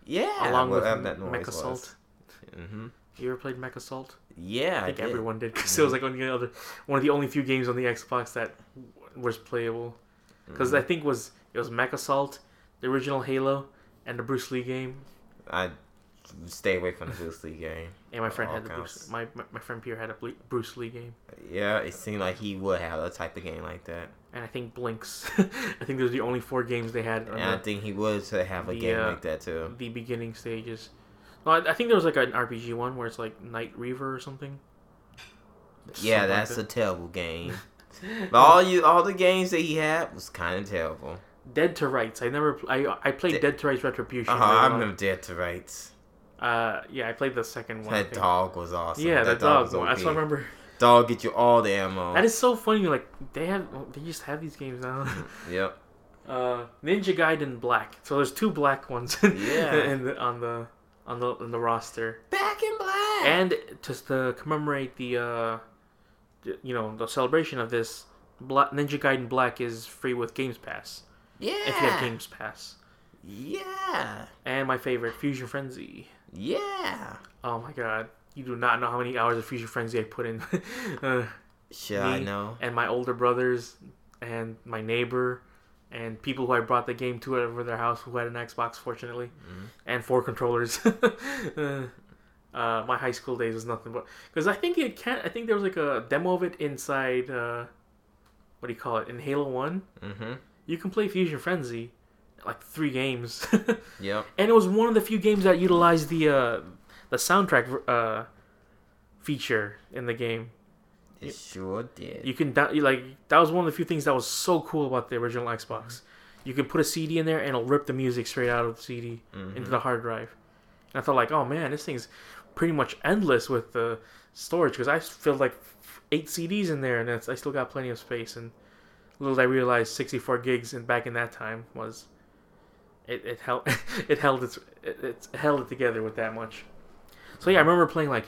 Speaker 3: Yeah.
Speaker 2: along with
Speaker 3: whatever that
Speaker 2: Mech Assault.
Speaker 3: Mm-hmm.
Speaker 2: You ever played Mech Assault?
Speaker 3: Yeah.
Speaker 2: I think
Speaker 3: did.
Speaker 2: everyone did because it was like one of the other one of the only few games on the Xbox that w- was playable.
Speaker 3: Mm-hmm.
Speaker 2: Because I think was it was Mech Assault, the original Halo, and the Bruce Lee game.
Speaker 3: I stay away from the Bruce Lee game.
Speaker 2: And my friend
Speaker 3: All
Speaker 2: had the Bruce,
Speaker 3: counts.
Speaker 2: my, my my friend Pierre had a Ble- Bruce Lee game,
Speaker 3: Yeah, it seemed like he would have a type of game like that,
Speaker 2: and I think Blinks. I think those are the only four games they had on
Speaker 3: and I
Speaker 2: the,
Speaker 3: think he would to have a
Speaker 2: The,
Speaker 3: game
Speaker 2: uh,
Speaker 3: like that too.
Speaker 2: the beginning stages. No, I, I think there was like an RPG one where it's like Night Reaver or something.
Speaker 3: Yeah,
Speaker 2: Something like
Speaker 3: that's a terrible game. but all you, all the games that he had was kind of terrible.
Speaker 2: Dead to Rights. I never. Pl- I I played
Speaker 3: Dead-
Speaker 2: Dead to Rights Retribution.
Speaker 3: Uh,
Speaker 2: later
Speaker 3: I
Speaker 2: on.
Speaker 3: remember Dead to Rights.
Speaker 2: Uh, yeah, I played the second one. I
Speaker 3: That
Speaker 2: think.
Speaker 3: dog was awesome.
Speaker 2: yeah, that, dog.
Speaker 3: was Oh.
Speaker 2: one. That's
Speaker 3: OP.
Speaker 2: what I remember.
Speaker 3: Dog get you all the ammo.
Speaker 2: That is so funny. Like they have, they just have these games now.
Speaker 3: Hmm. Yep.
Speaker 2: uh, Ninja Gaiden Black. So there's two black ones.
Speaker 3: Yeah.
Speaker 2: in the, on the on the on the roster,
Speaker 3: Back in black.
Speaker 2: and just to commemorate the, uh, the- you know, the celebration of this, Bla- Ninja Gaiden Black is free with Games Pass
Speaker 3: yeah.
Speaker 2: if you have Games Pass.
Speaker 3: Yeah.
Speaker 2: And my favorite, Fusion Frenzy.
Speaker 3: Yeah.
Speaker 2: Oh my god. You do not know how many hours of Fusion Frenzy I put in. uh,
Speaker 3: Should I
Speaker 2: me
Speaker 3: know?
Speaker 2: and my older brothers and my neighbor and people who I brought the game to over their house who had an Xbox, fortunately, and four controllers. uh, my high school days was nothing but because I think it can. I think there was like a demo of it inside. Uh, what do you call it? In Halo One,
Speaker 3: Mm-hmm.
Speaker 2: you can play Fusion Frenzy, like three games,
Speaker 3: Yep.
Speaker 2: and it was one of the few games that utilized the uh, the soundtrack uh, feature in the game.
Speaker 3: It sure did.
Speaker 2: You can down, you, like that was one of the few things that was so cool about the original Xbox. You could put a CD in there and it'll rip the music straight out of the CD into the hard drive. And I thought like, oh man, this thing's pretty much endless with the storage because I filled like eight CDs in there and it's, I still got plenty of space. And little did I realized, 64 gigs and back in that time was it, it held it held its it, it held it together with that much. So yeah, I remember playing like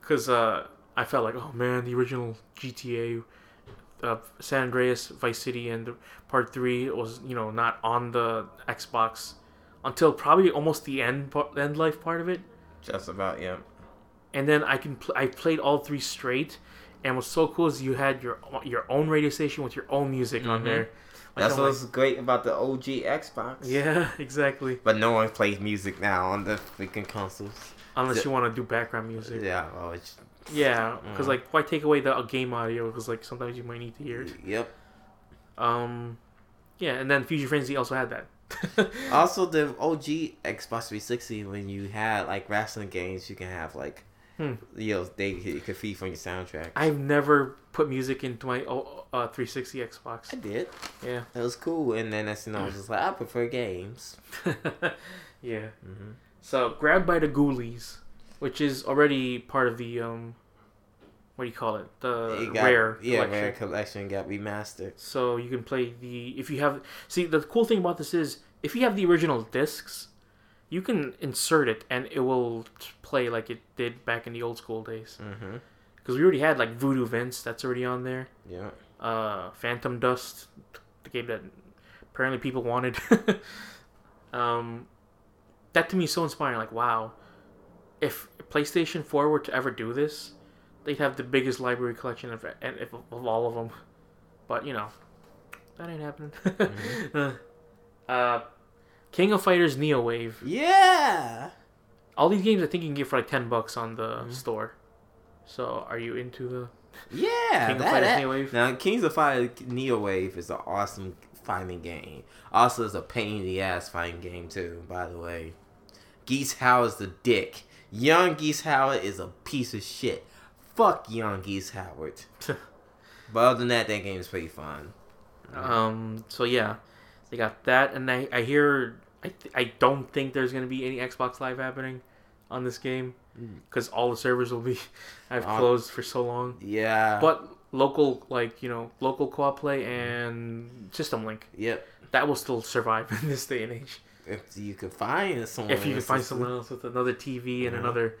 Speaker 2: because uh, I felt like, oh man, the original GTA, uh, San Andreas, Vice City, and the Part Three was you know not on the Xbox until probably almost the end part, end life part of it,
Speaker 3: Just about. Yep.
Speaker 2: and then I can pl- I played all three straight, and what's so cool is you had your your own radio station with your own music on
Speaker 3: Mhm.
Speaker 2: there. Like,
Speaker 3: That's
Speaker 2: I'm like,
Speaker 3: what's great about the OG Xbox.
Speaker 2: yeah, exactly.
Speaker 3: But no one plays music now on the freaking consoles.
Speaker 2: Unless you want to do background music.
Speaker 1: Yeah. Oh, it's,
Speaker 2: Yeah, because
Speaker 1: Mm.
Speaker 2: like, why take away the uh, game audio? Because like sometimes you might need to hear it.
Speaker 1: yep.
Speaker 2: Um, yeah, and then Fusion Frenzy also had that.
Speaker 1: Also, the OG Xbox 360, when you had like wrestling games, you can have like,
Speaker 2: Hmm.
Speaker 1: you know, they you could feed from your soundtrack.
Speaker 2: I've never put music into my oh, uh, 360 Xbox.
Speaker 1: I did.
Speaker 2: Yeah,
Speaker 1: That was cool. And then that's when I was just like, I prefer games.
Speaker 2: yeah.
Speaker 1: Mhm.
Speaker 2: So grabbed by the Ghoulies, which is already part of the um, what do you call it? The
Speaker 1: It got-
Speaker 2: Uh, rare
Speaker 1: yeah,
Speaker 2: collection.
Speaker 1: rare collection got remastered.
Speaker 2: So you can play the if you have see the cool thing about this is if you have the original discs, you can insert it and it will t- play like it did back in the old school days.
Speaker 1: Mm-hmm.
Speaker 2: Because we already had like Voodoo Vince that's already on there.
Speaker 1: Yeah.
Speaker 2: Uh, Phantom Dust, the game that apparently people wanted. um, that to me is so inspiring. Like wow, if PlayStation Four were to ever do this, they'd have the biggest library collection of and if, of all of them. But you know, that ain't happening. uh, King of Fighters Neo Wave.
Speaker 1: Yeah.
Speaker 2: All these games I think you can get for like ten bucks on the store. So are you into the
Speaker 1: Yeah,
Speaker 2: King of
Speaker 1: that-
Speaker 2: Fighters
Speaker 1: that-
Speaker 2: Neo Wave.
Speaker 1: Now, Kings of Fire Neo Wave is an awesome fighting game. Also, it's a pain in the ass fighting game too. By the way, Geese Howard's the dick. Young Geese Howard is a piece of shit. Fuck Young Geese Howard. but other than that, that game is pretty fun. Mm-hmm.
Speaker 2: Um. So yeah, they got that, and I I hear I th- I don't think there's gonna be any Xbox Live happening on this game because all the servers will be I've
Speaker 1: Mm. Uh,
Speaker 2: closed for so long.
Speaker 1: Yeah.
Speaker 2: But local like you know local co-op play and system link
Speaker 1: Yep.
Speaker 2: that will still survive in this day and age.
Speaker 1: If you could find someone,
Speaker 2: if you can
Speaker 1: that's
Speaker 2: find
Speaker 1: just-
Speaker 2: someone else with another TV and
Speaker 1: Yeah.
Speaker 2: another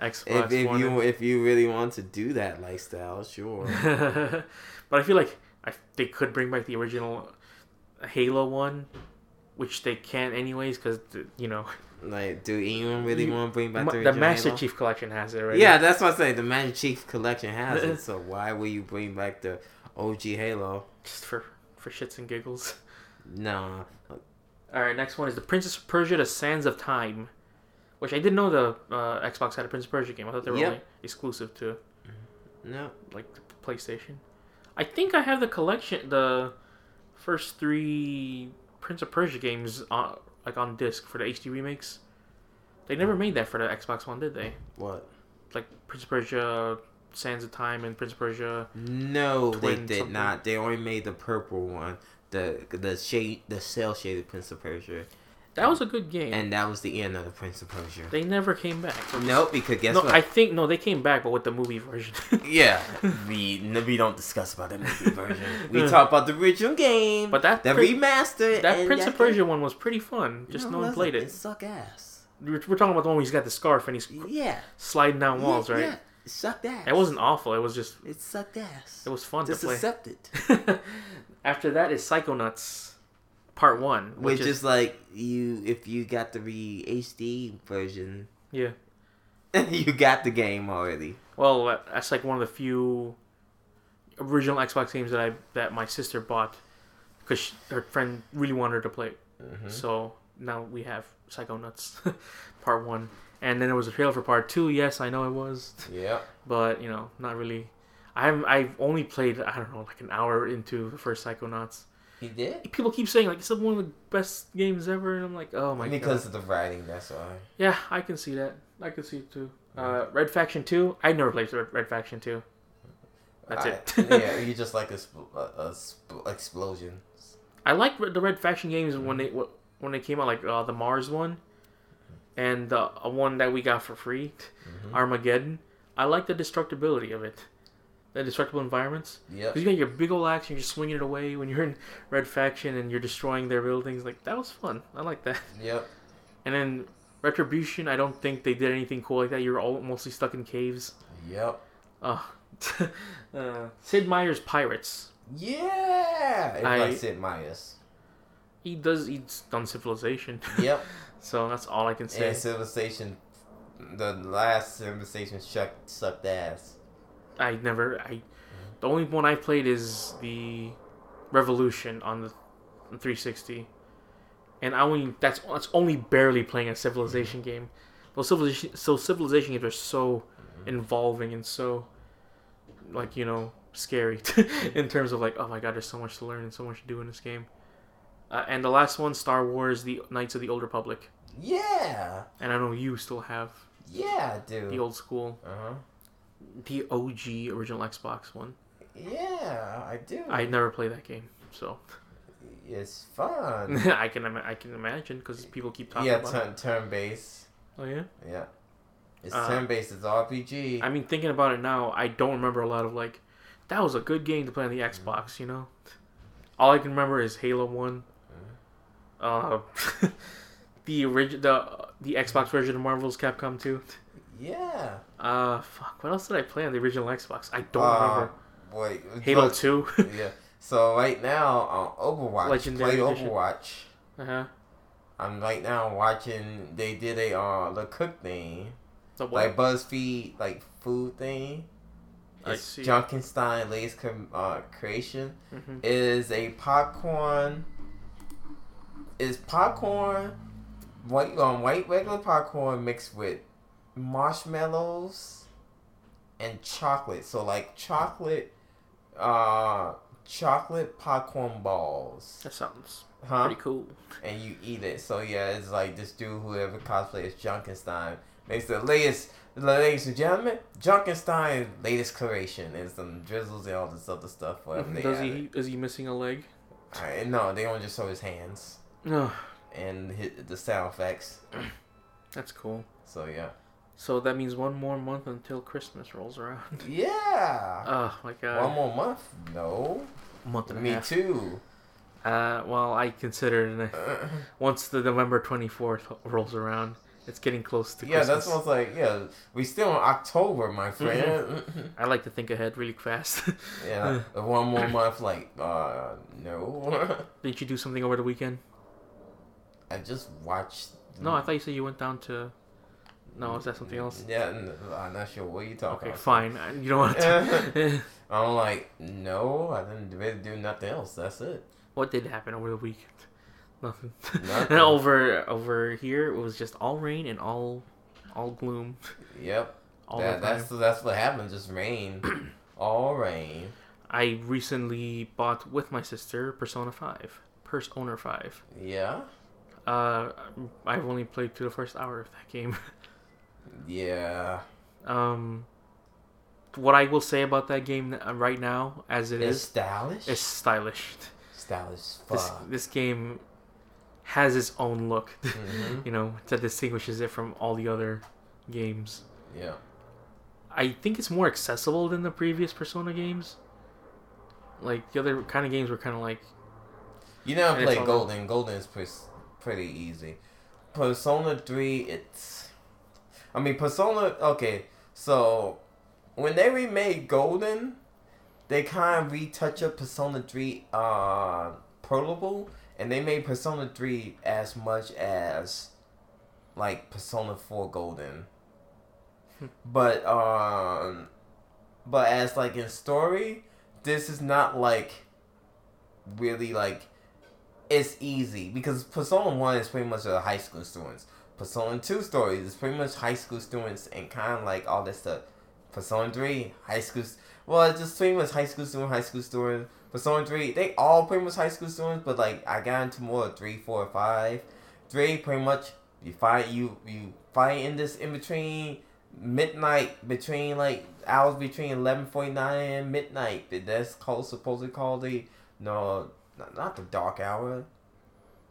Speaker 2: Xbox
Speaker 1: if, if
Speaker 2: One.
Speaker 1: you if you really want to do that lifestyle, sure.
Speaker 2: but I feel like I, they could bring back the original Halo one, which they can't anyways because you know
Speaker 1: like, do anyone really
Speaker 2: You-
Speaker 1: want to bring back
Speaker 2: Ma-
Speaker 1: the,
Speaker 2: the,
Speaker 1: original
Speaker 2: Master
Speaker 1: Halo?
Speaker 2: Chief Collection has it right.
Speaker 1: Yeah, that's what I'm saying. The Magic Chief Collection has it, so why will you bring back the OG Halo?
Speaker 2: just for for shits and giggles.
Speaker 1: No,
Speaker 2: All right, next one is the Princess of Persia: The Sands of Time, which I didn't know the uh, Xbox had a Prince of Persia game. I thought they were
Speaker 1: Yep.
Speaker 2: only exclusive to
Speaker 1: no.
Speaker 2: like the PlayStation. I think I have the collection, the first three Prince of Persia games on like on disc for the HD remakes. They never made that for the Xbox One, did they?
Speaker 1: What?
Speaker 2: Like Prince of Persia: Sands of Time and Prince of Persia.
Speaker 1: No, they
Speaker 2: Twin
Speaker 1: did
Speaker 2: something.
Speaker 1: not. They only made the purple one, the the shade, the cell shaded Prince of Persia,
Speaker 2: That was a good game.
Speaker 1: and that was the end of the Prince of Persia.
Speaker 2: they never came back.
Speaker 1: Nope, because guess
Speaker 2: no,
Speaker 1: what?
Speaker 2: I think no, they came back, but with the movie version.
Speaker 1: yeah,
Speaker 3: we we don't discuss about that movie version.
Speaker 1: we talk about the original game,
Speaker 2: But that
Speaker 1: the
Speaker 2: Prin-
Speaker 1: remaster,
Speaker 2: that
Speaker 1: and
Speaker 2: Prince
Speaker 1: that
Speaker 2: of
Speaker 1: game-
Speaker 2: Persia one was pretty fun. Just no, one
Speaker 1: it
Speaker 2: played
Speaker 1: doesn't.
Speaker 2: it.
Speaker 1: Suck ass.
Speaker 2: We're, we're talking about the one where he's got the scarf and he's
Speaker 1: Yeah,
Speaker 2: sliding down walls,
Speaker 1: yeah,
Speaker 2: right?
Speaker 1: Yeah, it sucked ass.
Speaker 2: It wasn't awful. It was just
Speaker 1: It sucked ass.
Speaker 2: it was fun
Speaker 1: Just
Speaker 2: to play.
Speaker 1: accept it.
Speaker 2: After that is Psychonauts Part 1,
Speaker 1: Which
Speaker 2: which,
Speaker 1: is,
Speaker 2: is,
Speaker 1: like you, if you got the re HD version,
Speaker 2: yeah.
Speaker 1: you got the game already.
Speaker 2: Well, that- that's like one of the few original Xbox games that I that my sister bought cuz her friend really wanted her to play. it. So, now we have Psychonauts Part 1. And then there was a trailer for Part 2. Yes, I know it was,
Speaker 1: Yeah.
Speaker 2: but you know, not really I haven't, I've only played I don't know like an hour into the first Psychonauts.
Speaker 1: He did.
Speaker 2: People keep saying like it's one of the best games ever, and I'm like, oh my god.
Speaker 1: of the writing, that's why.
Speaker 2: Yeah, I can see that. I can see it too. Uh, Red Faction Two. I never played Red, Red Faction Two. That's it.
Speaker 1: you just like a, sp- a, a sp- explosion.
Speaker 2: I like the Red Faction games when they wh- when they came out, like uh, the Mars one, and the uh, one that we got for free,
Speaker 1: Mm-hmm.
Speaker 2: Armageddon. I like the destructibility of it, the destructible environments.
Speaker 1: Yep.
Speaker 2: 'Cause you got your big old axe, and you're swinging it away when you're in Red Faction, and you're destroying their buildings. Like that was fun. I like that.
Speaker 1: Yep.
Speaker 2: And then Retribution. I don't think they did anything cool like that. You're all mostly stuck in caves.
Speaker 1: Yep.
Speaker 2: Oh. uh, Sid Meier's Pirates.
Speaker 1: Yeah. It's
Speaker 2: I- like
Speaker 1: Sid Meier's.
Speaker 2: He does. He's done Civilization. so that's all I can say.
Speaker 1: Civilization, the last Civilization sucked sucked ass.
Speaker 2: I never. I. The only one I played is the Revolution on the 360, and I only that's that's only barely playing a Civilization
Speaker 1: Mm-hmm.
Speaker 2: game. Well, Civilization so Civilization games are so
Speaker 1: Mm-hmm.
Speaker 2: involving and so like you know scary in terms of like oh my god, there's so much to learn and so much to do in this game. Uh, and the last one, Star Wars: The Knights of the Old Republic,
Speaker 1: Yeah.
Speaker 2: and I know you still have
Speaker 1: Yeah, dude.
Speaker 2: the old school,
Speaker 1: uh huh.
Speaker 2: the OG original Xbox one.
Speaker 1: Yeah, I do.
Speaker 2: I never played that game, so
Speaker 1: It's fun.
Speaker 2: I can ima- I can imagine because people keep talking
Speaker 1: yeah,
Speaker 2: about.
Speaker 1: turn
Speaker 2: it.
Speaker 1: turn based.
Speaker 2: Oh yeah.
Speaker 1: Yeah, it's
Speaker 2: Uh,
Speaker 1: turn based. It's RPG.
Speaker 2: I mean, thinking about it now, I don't remember a lot of like. That was a good game to play on the
Speaker 1: Mm-hmm.
Speaker 2: Xbox. You know, all I can remember is Halo One. Uh,
Speaker 1: Mm-hmm.
Speaker 2: the original the the Xbox version of Marvel's Capcom Two.
Speaker 1: yeah.
Speaker 2: Uh, fuck. What else did I play on the original Xbox? I don't
Speaker 1: Uh,
Speaker 2: remember.
Speaker 1: Wait.
Speaker 2: Halo
Speaker 1: so-
Speaker 2: Two.
Speaker 1: yeah. So right now on Overwatch,
Speaker 2: Legendary
Speaker 1: play
Speaker 2: Edition.
Speaker 1: Overwatch.
Speaker 2: uh huh.
Speaker 1: I'm right now watching. They did a uh the cook thing,
Speaker 2: The what?
Speaker 1: like BuzzFeed like food thing.
Speaker 2: I
Speaker 1: It's
Speaker 2: see.
Speaker 1: Junkenstein Lay's com- uh, creation.
Speaker 2: Mhm.
Speaker 1: It is a popcorn. Is popcorn white um, white regular popcorn mixed with marshmallows and chocolate. So like chocolate, uh, chocolate popcorn balls,
Speaker 2: That sounds
Speaker 1: huh?
Speaker 2: pretty cool.
Speaker 1: and you eat it. So yeah, it's like this dude whoever cosplays Junkenstein makes the latest, ladies and gentlemen, Junkenstein latest creation and some drizzles and all this other stuff. Whatever they
Speaker 2: Mhm. Does
Speaker 1: added.
Speaker 2: he is he missing a leg?
Speaker 1: Alright, no, they only just show his hands
Speaker 2: No,
Speaker 1: and hit the sound effects.
Speaker 2: that's cool.
Speaker 1: So yeah,
Speaker 2: So that means one more month until Christmas rolls around.
Speaker 1: yeah.
Speaker 2: Oh my god,
Speaker 1: Ah. Uh, One more month? No.
Speaker 2: month and a
Speaker 1: Me
Speaker 2: half.
Speaker 1: too.
Speaker 2: Uh, well, I consider it once the November twenty fourth rolls around, it's getting close to
Speaker 1: yeah,
Speaker 2: Christmas.
Speaker 1: that's what's like. Yeah, we still in October, my friend.
Speaker 2: I like to think ahead really fast.
Speaker 1: yeah, one more month. Like, uh, no.
Speaker 2: Didn't you do something over the weekend?
Speaker 1: I just watched.
Speaker 2: No, I thought you said you went down to. No, is that something else?
Speaker 1: Yeah, n- I'm not sure what you talking
Speaker 2: Okay,
Speaker 1: about.
Speaker 2: fine. I- You don't want to.
Speaker 1: I'm like, no, I didn't really do nothing else. That's it.
Speaker 2: what did happen over the weekend? Nothing.
Speaker 1: Nothing.
Speaker 2: over over here, it was just all rain and all all gloom.
Speaker 1: Yep.
Speaker 2: All
Speaker 1: that,
Speaker 2: the time.
Speaker 1: that's that's what happened. Just rain, all rain.
Speaker 2: I recently bought with my sister Persona Five, Persona Five.
Speaker 1: Yeah,
Speaker 2: Uh, I've only played through the first hour of that game.
Speaker 1: yeah.
Speaker 2: Um, what I will say about that game uh, right now, as it
Speaker 1: it's
Speaker 2: is,
Speaker 1: stylish.
Speaker 2: is stylish.
Speaker 1: stylish. as
Speaker 2: This
Speaker 1: Fuck.
Speaker 2: this game has its own look,
Speaker 1: Mhm.
Speaker 2: you know, that distinguishes it from all the other games.
Speaker 1: Yeah.
Speaker 2: I think it's more accessible than the previous Persona games. Like the other kind of games were kind of like
Speaker 1: You know, I
Speaker 2: And
Speaker 1: play
Speaker 2: it's on-
Speaker 1: Golden. Golden is pretty, pretty easy. Persona 3, it's. I mean, Persona. Okay, so when they remade Golden, they kind of retouch up Persona 3 uh, Protable, and they made Persona 3 as much as like Persona 4 Golden. but, um. But as like in story, this is not like really like it's easy because Persona One is pretty much the high school students. Persona Two stories is pretty much high school students and kind of like all that stuff. Persona Three, high school. s- Well, it's just pretty much high school student, high school student. Persona Three, they all pretty much high school students, but like I got into more of three, four, five. Three, pretty much you fight you you fight in this in between midnight between like hours between eleven forty nine and midnight. That's called supposedly called the no, not, not the dark hour.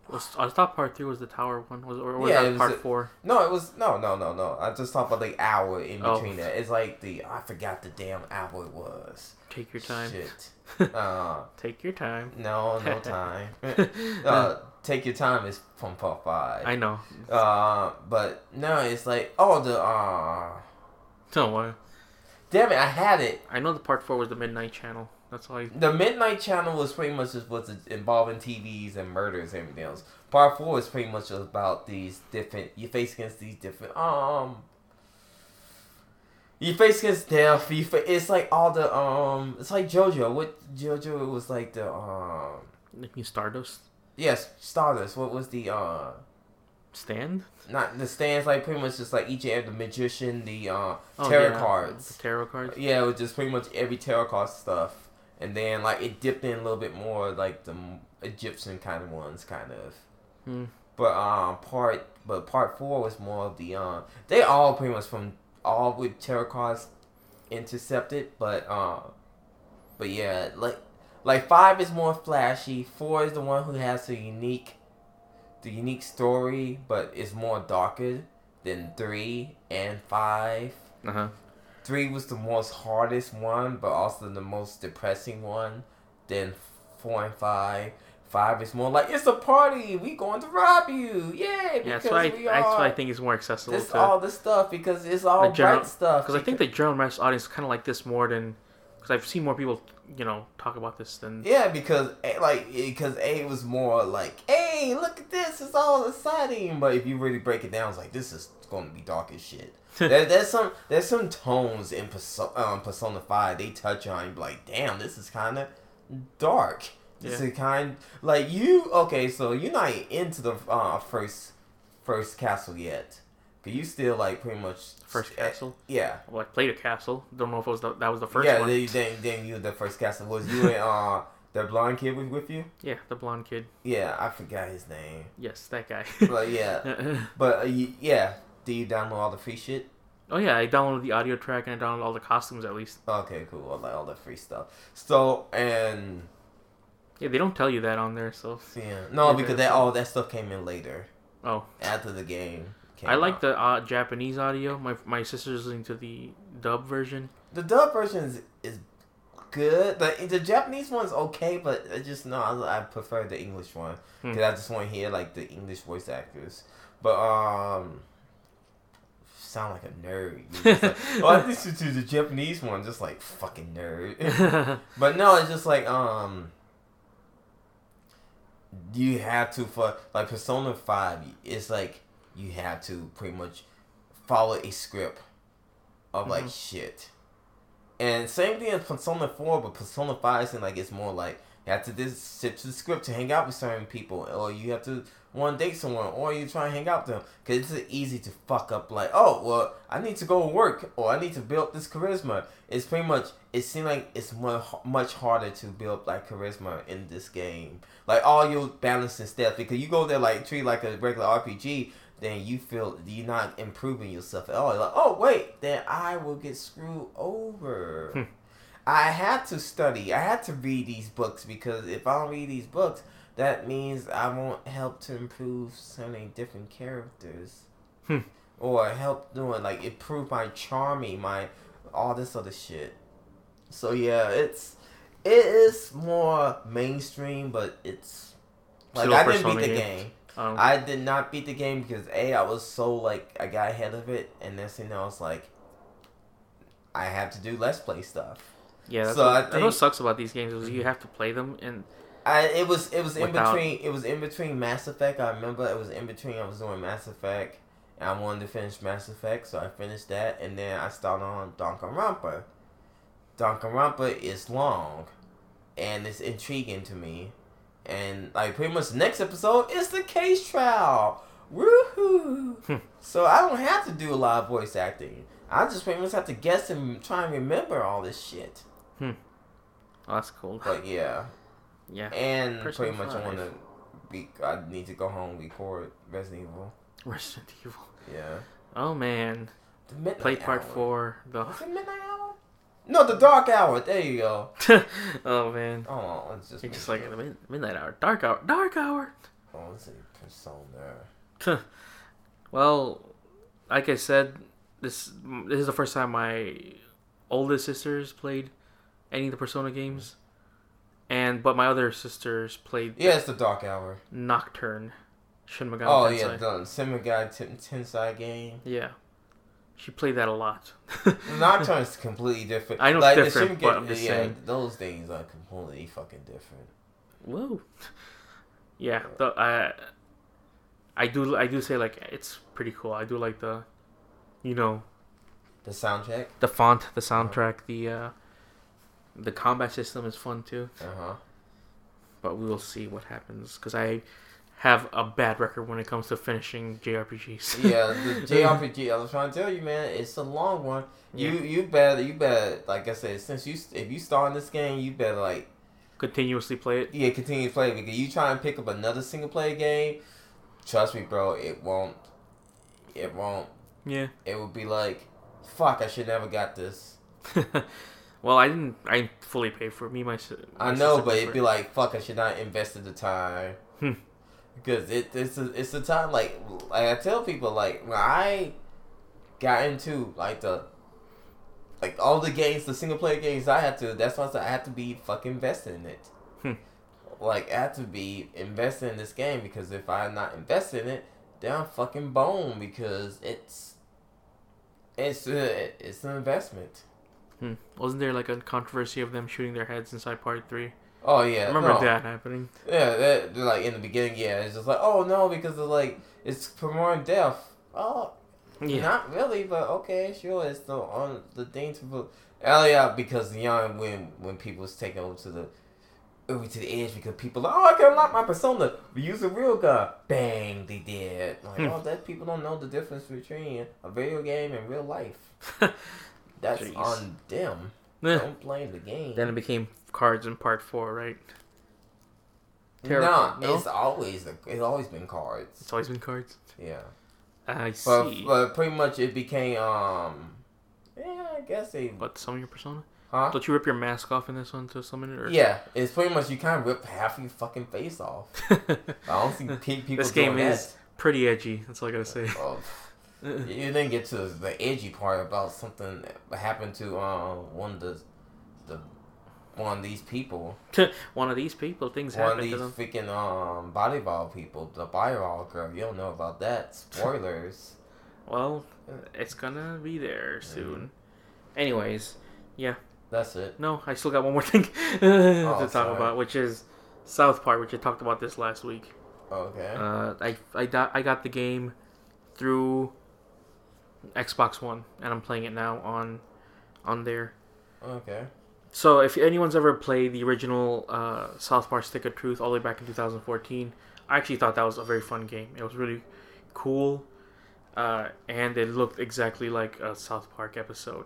Speaker 2: was, I thought part three was the tower one was or was
Speaker 1: Yeah, it
Speaker 2: that
Speaker 1: was
Speaker 2: part
Speaker 1: the-
Speaker 2: four?
Speaker 1: No, it was no, no, no, no. I just talked about the hour in
Speaker 2: Oh.
Speaker 1: between that. It's like the I forgot the damn hour it was.
Speaker 2: Take your time.
Speaker 1: Shit. Uh,
Speaker 2: Take your time.
Speaker 1: no, no time. uh, take your time is from part five.
Speaker 2: I know.
Speaker 1: Uh, but no, it's like oh the uh,
Speaker 2: Don't worry.
Speaker 1: damn it, I had it.
Speaker 2: uh, I know the part four was the midnight channel. That's all I
Speaker 1: The Midnight Channel was pretty much just what's involving TVs and murders and everything else. Part four is pretty much about these different you face against these different um you face against death. You fa- it's like all the um it's like JoJo. What JoJo was like the um
Speaker 2: Like mean Stardust
Speaker 1: yes Stardust. What was the uh
Speaker 2: stand?
Speaker 1: not the stands like pretty much just like each and every magician the uh
Speaker 2: Oh,
Speaker 1: tarot
Speaker 2: yeah,
Speaker 1: cards.
Speaker 2: The tarot cards.
Speaker 1: Yeah, it was just pretty much every tarot card stuff, and then like it dipped in a little bit more like the m- Egyptian kind of ones, kind of.
Speaker 2: Hmm.
Speaker 1: But um, part but part four was more of the um, they all pretty much from all with tarot cards intercepted, but um, but yeah, like like five is more flashy. Four is the one who has the unique, the unique story, but it's more darker than three and five.
Speaker 2: Uh huh.
Speaker 1: Three was the most hardest one, but also the most depressing one. Then four and five. Five is more like it's a party. We going to rob you, yeah! Because
Speaker 2: Yeah, that's why I,
Speaker 1: we
Speaker 2: that's why I
Speaker 1: are.
Speaker 2: think it's more accessible
Speaker 1: This
Speaker 2: to
Speaker 1: all this stuff because it's all
Speaker 2: The
Speaker 1: bright
Speaker 2: general-
Speaker 1: stuff.
Speaker 2: because I think the general mass audience kind of like this more than because I've seen more people you know talk about this than
Speaker 1: Yeah, because eh, like because A was more like, hey, look at this, it's all exciting. But if you really break it down, it's like this is going to be dark as shit. there, there's some there's some tones in Perso- um, Persona Five they touch on. You be like, damn, this is kind of dark. This
Speaker 2: Yeah.
Speaker 1: is kind like you okay. So you're not into the uh, first first castle yet. But you still like pretty much eh,
Speaker 2: First castle.
Speaker 1: Yeah.
Speaker 2: Well, I played a castle. Don't know if it was the, that was the first
Speaker 1: yeah,
Speaker 2: one.
Speaker 1: Then, then, then you the first castle was you and uh the blonde kid was with you.
Speaker 2: yeah, the blonde kid.
Speaker 1: Yeah, I forgot his name.
Speaker 2: Yes, that guy.
Speaker 1: But yeah, but uh, you, yeah, do you download all the free shit?
Speaker 2: oh yeah, I downloaded the audio track and I downloaded all the costumes at least.
Speaker 1: Okay, cool. I like all the free stuff. So and
Speaker 2: Yeah, they don't tell you that on there, so
Speaker 1: yeah, no,
Speaker 2: Yeah,
Speaker 1: because
Speaker 2: that's-
Speaker 1: that all that stuff came in later
Speaker 2: oh.
Speaker 1: after the game. Came
Speaker 2: I like
Speaker 1: out.
Speaker 2: the uh, Japanese audio. My my sister's listening to the dub version.
Speaker 1: the dub version is, is good. The the Japanese one's okay, but I just no, I, I prefer the English one because
Speaker 2: Hmm.
Speaker 1: I just want to hear like the English voice actors. But um, sound like a nerd. You just like, oh, I listened to the Japanese one, just like fucking nerd. but no, it's just like um. You have to for like Persona Five. It's like you have to pretty much follow a script of like shit. And same thing as Persona Four, but Persona Five is like it's more like you have to just sit to the script to hang out with certain people, or you have to want to date someone, or you try and hang out with them because it's easy to fuck up. Like, oh well, I need to go and work, or I need to build this charisma. It's pretty much. It seems like it's much much harder to build like charisma in this game. Like all your balancing steps because you go there like treat like a regular RPG, then you feel you're not improving yourself at all. You're like, oh wait, then I will get screwed
Speaker 2: Hmm.
Speaker 1: over. I had to study. I had to read these books because if I don't read these books, that means I won't help to improve so many different characters,
Speaker 2: Hmm.
Speaker 1: or help doing like improve my charming, my all this other shit. So yeah, it's it is more mainstream, but it's like
Speaker 2: Still
Speaker 1: I didn't
Speaker 2: Persona
Speaker 1: beat the
Speaker 2: games.
Speaker 1: game.
Speaker 2: um,
Speaker 1: I did not beat the game because a I was so like I got ahead of it, and then thing I was like, I have to do let's play stuff.
Speaker 2: yeah, that's,
Speaker 1: so
Speaker 2: what,
Speaker 1: I
Speaker 2: that's what
Speaker 1: think-
Speaker 2: sucks about these games is you have to play them and
Speaker 1: I it was it was in
Speaker 2: Without-
Speaker 1: between it was in between Mass Effect. I remember it was in between I was doing Mass Effect, and I wanted to finish Mass Effect, so I finished that, and then I started on Danganronpa. Danganronpa is long, and it's intriguing to me, and like pretty much the next episode is the case trial.
Speaker 2: Hmm.
Speaker 1: Woohoo! so I don't have to do a lot of voice acting. I just pretty much have to guess and try and remember all this shit.
Speaker 2: oh, that's cool.
Speaker 1: But yeah.
Speaker 2: Yeah,
Speaker 1: And
Speaker 2: Persona
Speaker 1: pretty much
Speaker 2: five.
Speaker 1: I want to be. I need to go home and record Resident Evil.
Speaker 2: Resident Evil.
Speaker 1: Yeah.
Speaker 2: Oh man,
Speaker 1: The midnight
Speaker 2: play part
Speaker 1: hour.
Speaker 2: four though.
Speaker 1: Is it midnight hour? No, the dark hour. There you go.
Speaker 2: oh man,
Speaker 1: Oh, it's just.
Speaker 2: you're just like in the mid- midnight hour, dark hour, dark hour.
Speaker 1: Oh, it's a persona.
Speaker 2: Well, like I said, this this is the first time my oldest sisters played any of the Persona games, and but my other sisters played
Speaker 1: Yeah, it's the dark hour.
Speaker 2: Nocturne, Shin Megami
Speaker 1: oh
Speaker 2: Tensei.
Speaker 1: yeah, the Simon Guy Ten- Tensai game.
Speaker 2: Yeah. she played that a lot.
Speaker 1: Nocturne is completely different.
Speaker 2: I know it's
Speaker 1: the
Speaker 2: different,
Speaker 1: Shin
Speaker 2: but
Speaker 1: Megami-
Speaker 2: I'm just
Speaker 1: yeah,
Speaker 2: saying.
Speaker 1: those things are completely fucking different.
Speaker 2: Whoa. Yeah, the I I do I do say like it's pretty cool. I do like the, you know,
Speaker 1: The soundtrack.
Speaker 2: the font, the soundtrack, the uh, the combat system is fun too.
Speaker 1: Uh huh.
Speaker 2: But we will see what happens because I have a bad record when it comes to finishing JRPGs.
Speaker 1: yeah, the JRPG. I was trying to tell you, man, it's a long one. You
Speaker 2: Yeah.
Speaker 1: you better you better like I said, since you if you start in this game, you better like
Speaker 2: Continuously play it.
Speaker 1: yeah continue to play because you try and pick up another single player game. Trust me, bro, it won't. It won't.
Speaker 2: Yeah.
Speaker 1: It will be like, fuck, I should never got this.
Speaker 2: well, I didn't. I didn't fully pay for it. me my. si-
Speaker 1: I
Speaker 2: my
Speaker 1: know,
Speaker 2: sister
Speaker 1: but
Speaker 2: paid
Speaker 1: it'd
Speaker 2: for
Speaker 1: be like, fuck, I should not invested the time.
Speaker 2: Hmm.
Speaker 1: Because it, it's a, it's the time, like, like, I tell people, like, when I got into, like, the, like, all the games, the single player games I had to, that's why I said I had to be fucking invested in it.
Speaker 2: Hmm.
Speaker 1: Like, I had to be invested in this game because if I'm not invested in it, then I'm fucking bone because it's, it's, a, it's an investment.
Speaker 2: Hmm. Wasn't there like a controversy of them shooting their heads inside Part Three?
Speaker 1: Oh, yeah.
Speaker 2: I remember
Speaker 1: no.
Speaker 2: that happening.
Speaker 1: Yeah, that like in the beginning, yeah, it's just like, oh no, because it's like it's promoting death. Oh,
Speaker 2: Yeah.
Speaker 1: not really, but okay, sure, it's the on the thing to put. Oh yeah, because young when when people was taken over to the over to the edge because people are like, oh, I can unlock my persona. We use a real guy. Bang, they did. Like,
Speaker 2: Hmm.
Speaker 1: oh, that people don't know the difference between a video game and real life. That's
Speaker 2: Jeez.
Speaker 1: on them.
Speaker 2: Eh,
Speaker 1: Don't blame the game.
Speaker 2: then it became cards in part four, right?
Speaker 1: no,
Speaker 2: terrible, no?
Speaker 1: it's always it's always been cards.
Speaker 2: It's always been cards.
Speaker 1: Yeah.
Speaker 2: I
Speaker 1: But,
Speaker 2: see. But,
Speaker 1: but pretty much it became um yeah, I guess they
Speaker 2: summon your persona?
Speaker 1: huh?
Speaker 2: Don't you rip your mask off in this one to summon it? Or...
Speaker 1: Yeah, it's pretty much you kind of rip half your fucking face off. I don't see pe- people
Speaker 2: This game
Speaker 1: doing that.
Speaker 2: is pretty edgy. That's all I gotta say.
Speaker 1: Of, you didn't get to the edgy part about something that happened to uh, one of the, the one of these people,
Speaker 2: one of these people, things
Speaker 1: one of
Speaker 2: happen
Speaker 1: these
Speaker 2: to them.
Speaker 1: freaking um volleyball people, the volleyball girl. You don't know about that. Spoilers.
Speaker 2: Well, it's gonna be there soon. Anyways,
Speaker 1: That's it.
Speaker 2: no, I still got one more thing to talk
Speaker 1: Oh, sorry.
Speaker 2: about, which is South Park, which I talked about this last week.
Speaker 1: Okay.
Speaker 2: Uh, I I got I got the game through Xbox One, and I'm playing it now on on there.
Speaker 1: okay.
Speaker 2: So if anyone's ever played the original uh, South Park Stick of Truth all the way back in 2014, I actually thought that was a very fun game. It was really cool, uh, and it looked exactly like a South Park episode.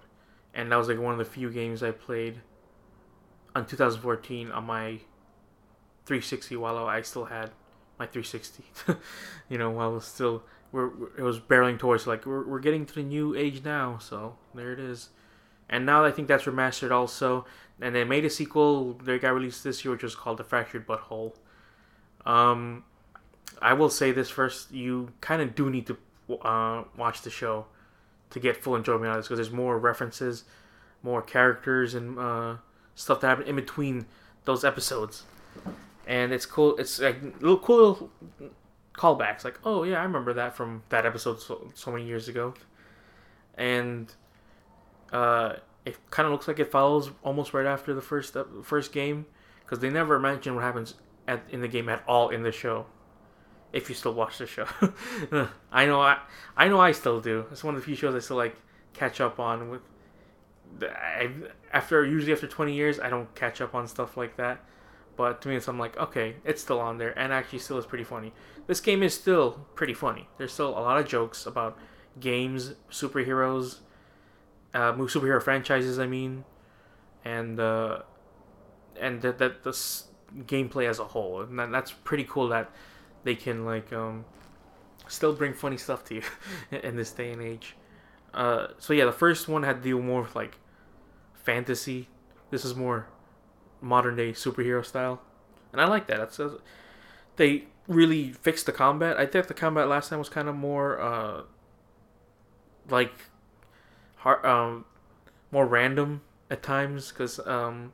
Speaker 2: And that was like one of the few games I played on 2014 on my 360 while I still had my 360. you know, while I was still we're, we're- it was barreling towards like we're, we're getting to the new age now. So there it is. And now I think that's remastered also. And they made a sequel that got released this year, which was called The Fractured Butthole. Um, I will say this first: you kind of do need to uh, watch the show to get full enjoyment out of this because there's more references, more characters, and uh, stuff that happened in between those episodes. And it's cool. It's like little cool little callbacks, like oh yeah, I remember that from that episode so, so many years ago. And uh, it kind of looks like it follows almost right after the first ep- first game because they never mention what happens at, in the game at all in the show. If you still watch the show, I know I I know I still do. It's one of the few shows I still like catch up on with. the- I, after usually after twenty years, I don't catch up on stuff like that. But to me, it's I'm like okay, it's still on there, and actually still is pretty funny. This game is still pretty funny. There's still a lot of jokes about games, superheroes, uh, mo- superhero franchises. I mean, and uh, and that that the s- gameplay as a whole, and that, that's pretty cool that they can like um, still bring funny stuff to you in- in this day and age. Uh, so yeah, the first one had to deal more with like fantasy. This is more modern day superhero style, and I like that. That's, that's they really fixed the combat. I think the combat last time was kind of more uh, like har um, more random at times because um,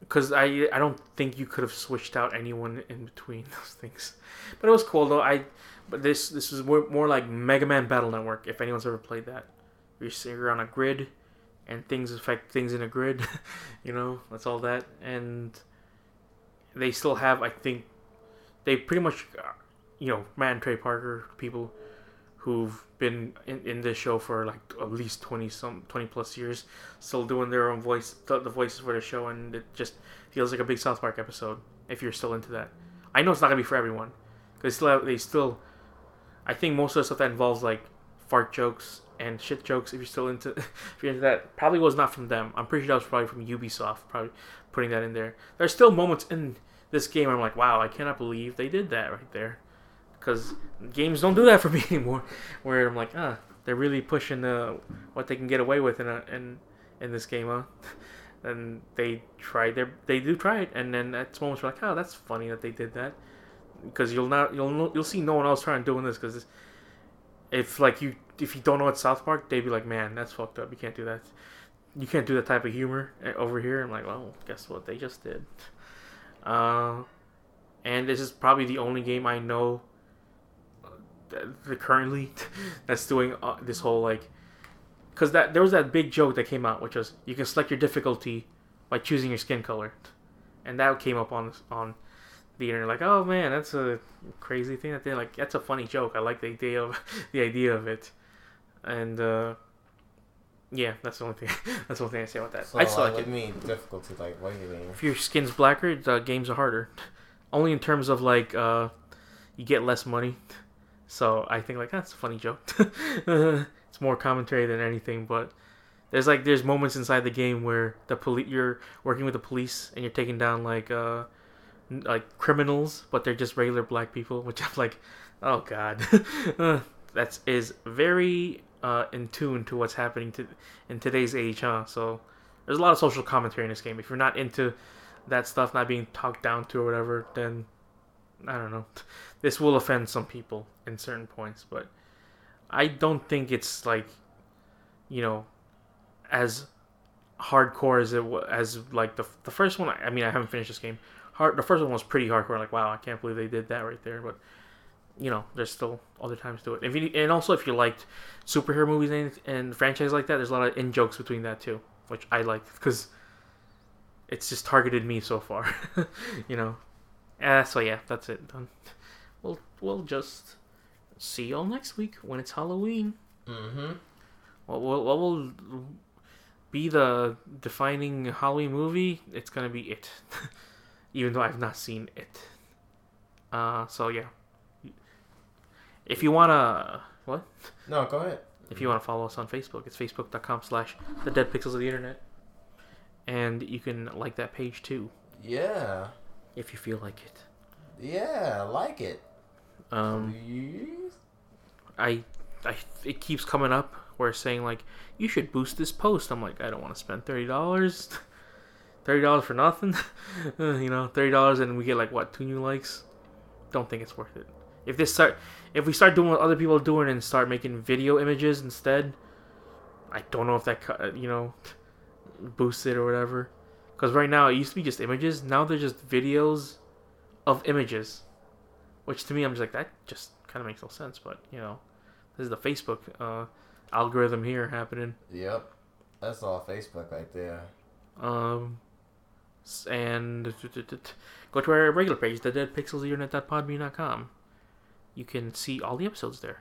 Speaker 2: because I I don't think you could have switched out anyone in between those things, but it was cool though. I but this this is more, more like Mega Man Battle Network if anyone's ever played that. You're, s- you're on a grid, and things affect things in a grid, you know that's all that. And they still have I think they pretty much uh, you know Matt and Trey Parker people who've been in, in this show for like at least 20 some 20 plus years still doing their own voice the, the voices for the show and it just feels like a big south park episode if you're still into that i know it's not gonna be for everyone because still have, they still i think most of the stuff that involves like fart jokes and shit jokes if you're still into if you're into that probably was not from them i'm pretty sure that was probably from ubisoft probably putting that in there there's still moments in this game where i'm like wow i cannot believe they did that right there because games don't do that for me anymore. Where I'm like, ah, they're really pushing the what they can get away with in a, in in this game, huh? And they try their they do try it, and then at moments you're like, oh, that's funny that they did that, because you'll not you'll no- you'll see no one else trying doing this because if like you if you don't know it's South Park, they'd be like, man, that's fucked up. You can't do that. You can't do that type of humor eh, over here. I'm like, well, guess what they just did. Uh, and this is probably the only game I know th- th- currently that's doing uh, this whole like because that there was that big joke that came out which was you can select your difficulty by choosing your skin color and that came up on on the internet like oh man that's a crazy thing that they like that's a funny joke i like the idea of the idea of it and uh Yeah, that's the only thing. That's the only thing I say about that.
Speaker 1: So,
Speaker 2: I still
Speaker 1: like,
Speaker 2: like
Speaker 1: what
Speaker 2: it.
Speaker 1: do you mean difficulty? Like, what do you mean?
Speaker 2: If your skin's blacker, the games are harder. Only in terms of like uh, you get less money. So I think like that's a funny joke. it's more commentary than anything, but there's like there's moments inside the game where the police you're working with the police and you're taking down like uh n- like criminals, but they're just regular black people, which I'm like, oh god, Uh, that is very uh, in tune to what's happening to in today's age, huh? So there's a lot of social commentary in this game. If you're not into that stuff, not being talked down to or whatever, then I don't know. This will offend some people in certain points, but I don't think it's like, you know, as hardcore as it was as like the the first one. I mean, I haven't finished this game. Hard. The first one was pretty hardcore. Like, wow, I can't believe they did that right there. But you know, there's still other times to it. If you and also if you liked superhero movies and, and franchise like that, there's a lot of in jokes between that too, which I liked because it's just targeted me so far. you know. Uh, so yeah, that's it. Done. We'll we'll just see y'all next week when it's Halloween.
Speaker 1: Mm-hmm.
Speaker 2: What will what will be the defining Halloween movie? It's gonna be it. Even though I've not seen it. Uh, so yeah. If you wanna what?
Speaker 1: No, go ahead.
Speaker 2: If you want to follow us on Facebook, it's facebook.com slash the dead pixels of the internet. And you can like that page too,
Speaker 1: Yeah,
Speaker 2: if you feel like it.
Speaker 1: yeah, like it.
Speaker 2: Um,
Speaker 1: Please?
Speaker 2: I, I, it keeps coming up where it's saying like, you should boost this post. I'm like, I don't want to spend thirty dollars, thirty dollars for nothing. Uh, you know, thirty dollars and we get like what two new likes. Don't think it's worth it. If this start, if we start doing what other people are doing and start making video images instead, I don't know if that co- uh, you know, boosts it or whatever. Because right now it used to be just images. Now they're just videos of images, which to me I'm just like that just kind of makes no sense. But you know, this is the Facebook uh, algorithm here happening.
Speaker 1: Yep, that's all Facebook right there.
Speaker 2: Um, s- and go to our regular page, thedeadpixelsinternet.podbean.com. You can see all the episodes there,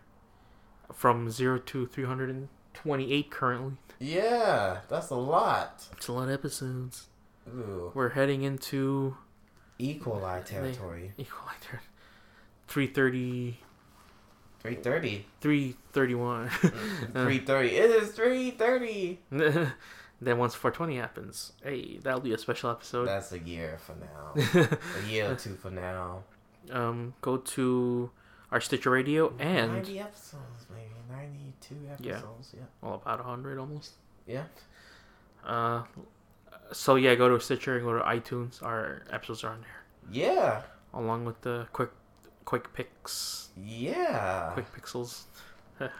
Speaker 2: from zero to three hundred and twenty-eight currently.
Speaker 1: Yeah, that's a lot.
Speaker 2: It's a lot of episodes.
Speaker 1: Ooh,
Speaker 2: We're heading into
Speaker 1: equal eye territory.
Speaker 2: equal either three thirty.
Speaker 1: Three thirty.
Speaker 2: 331
Speaker 1: Three thirty. It is three thirty.
Speaker 2: then once 420 happens hey that'll be a special episode
Speaker 1: That's a year for now. a year or two for now.
Speaker 2: um, go to our Stitcher Radio and
Speaker 1: ninety episodes, maybe ninety-two
Speaker 2: Yeah.
Speaker 1: episodes. Yeah.
Speaker 2: well, about 100 almost.
Speaker 1: Yeah.
Speaker 2: Uh, so yeah, go to Stitcher and go to iTunes. Our episodes are on there,
Speaker 1: Yeah.
Speaker 2: along with the quick, quick picks,
Speaker 1: Yeah.
Speaker 2: quick pixels.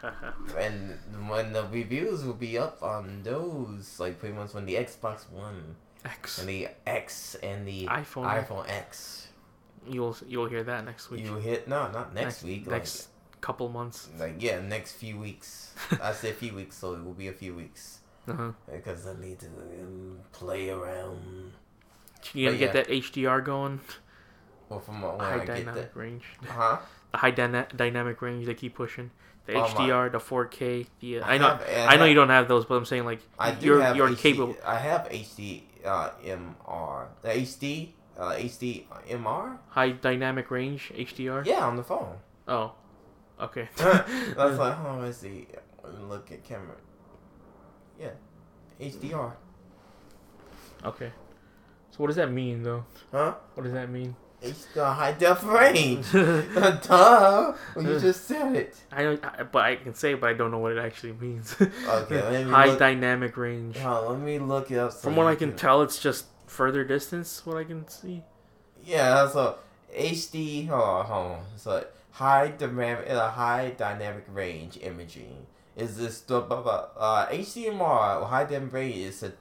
Speaker 1: And when the reviews will be up on those, like pretty much when the Xbox One
Speaker 2: X.
Speaker 1: and the X and the
Speaker 2: iPhone.
Speaker 1: iPhone X.
Speaker 2: You'll you'll hear that next week.
Speaker 1: You hit no, not next, week.
Speaker 2: Next couple months.
Speaker 1: Like, like yeah, next few weeks. I say few weeks, so it will be a few weeks
Speaker 2: Uh-huh.
Speaker 1: because I need to um, play around.
Speaker 2: You gonna
Speaker 1: But
Speaker 2: get
Speaker 1: yeah.
Speaker 2: that HDR going?
Speaker 1: Well, from when
Speaker 2: high
Speaker 1: I get
Speaker 2: dynamic
Speaker 1: that,
Speaker 2: range.
Speaker 1: huh?
Speaker 2: The high dyna- dynamic range they keep pushing. The
Speaker 1: Oh, my.
Speaker 2: HDR, the 4K. The uh,
Speaker 1: I
Speaker 2: I know
Speaker 1: have- I
Speaker 2: I know
Speaker 1: have-
Speaker 2: you don't have those, but I'm saying like
Speaker 1: I do
Speaker 2: you're
Speaker 1: have
Speaker 2: you're
Speaker 1: HD,
Speaker 2: capable.
Speaker 1: I have HD uh, MR. The HD uh, HD MR.
Speaker 2: High dynamic range HDR.
Speaker 1: Yeah, on the phone.
Speaker 2: Oh, okay.
Speaker 1: That's like, oh, I see. Look at camera. Yeah, HDR.
Speaker 2: okay. So what does that mean, though?
Speaker 1: Huh?
Speaker 2: What does that mean?
Speaker 1: It's the high def range.
Speaker 2: I,
Speaker 1: Duh. Well, you just said it.
Speaker 2: don't- I, but I can say, it, but I don't know what it actually means.
Speaker 1: Okay, let me
Speaker 2: High
Speaker 1: look-
Speaker 2: dynamic range.
Speaker 1: Hold on, let me look it up. so
Speaker 2: From what
Speaker 1: you
Speaker 2: I can tell, it's just further distance. What I can see.
Speaker 1: Yeah, so HD. Hold on, hold on. So high dynamic, uh, high dynamic range imaging is this the blah, blah, uh, HDMR or high dynamic range is a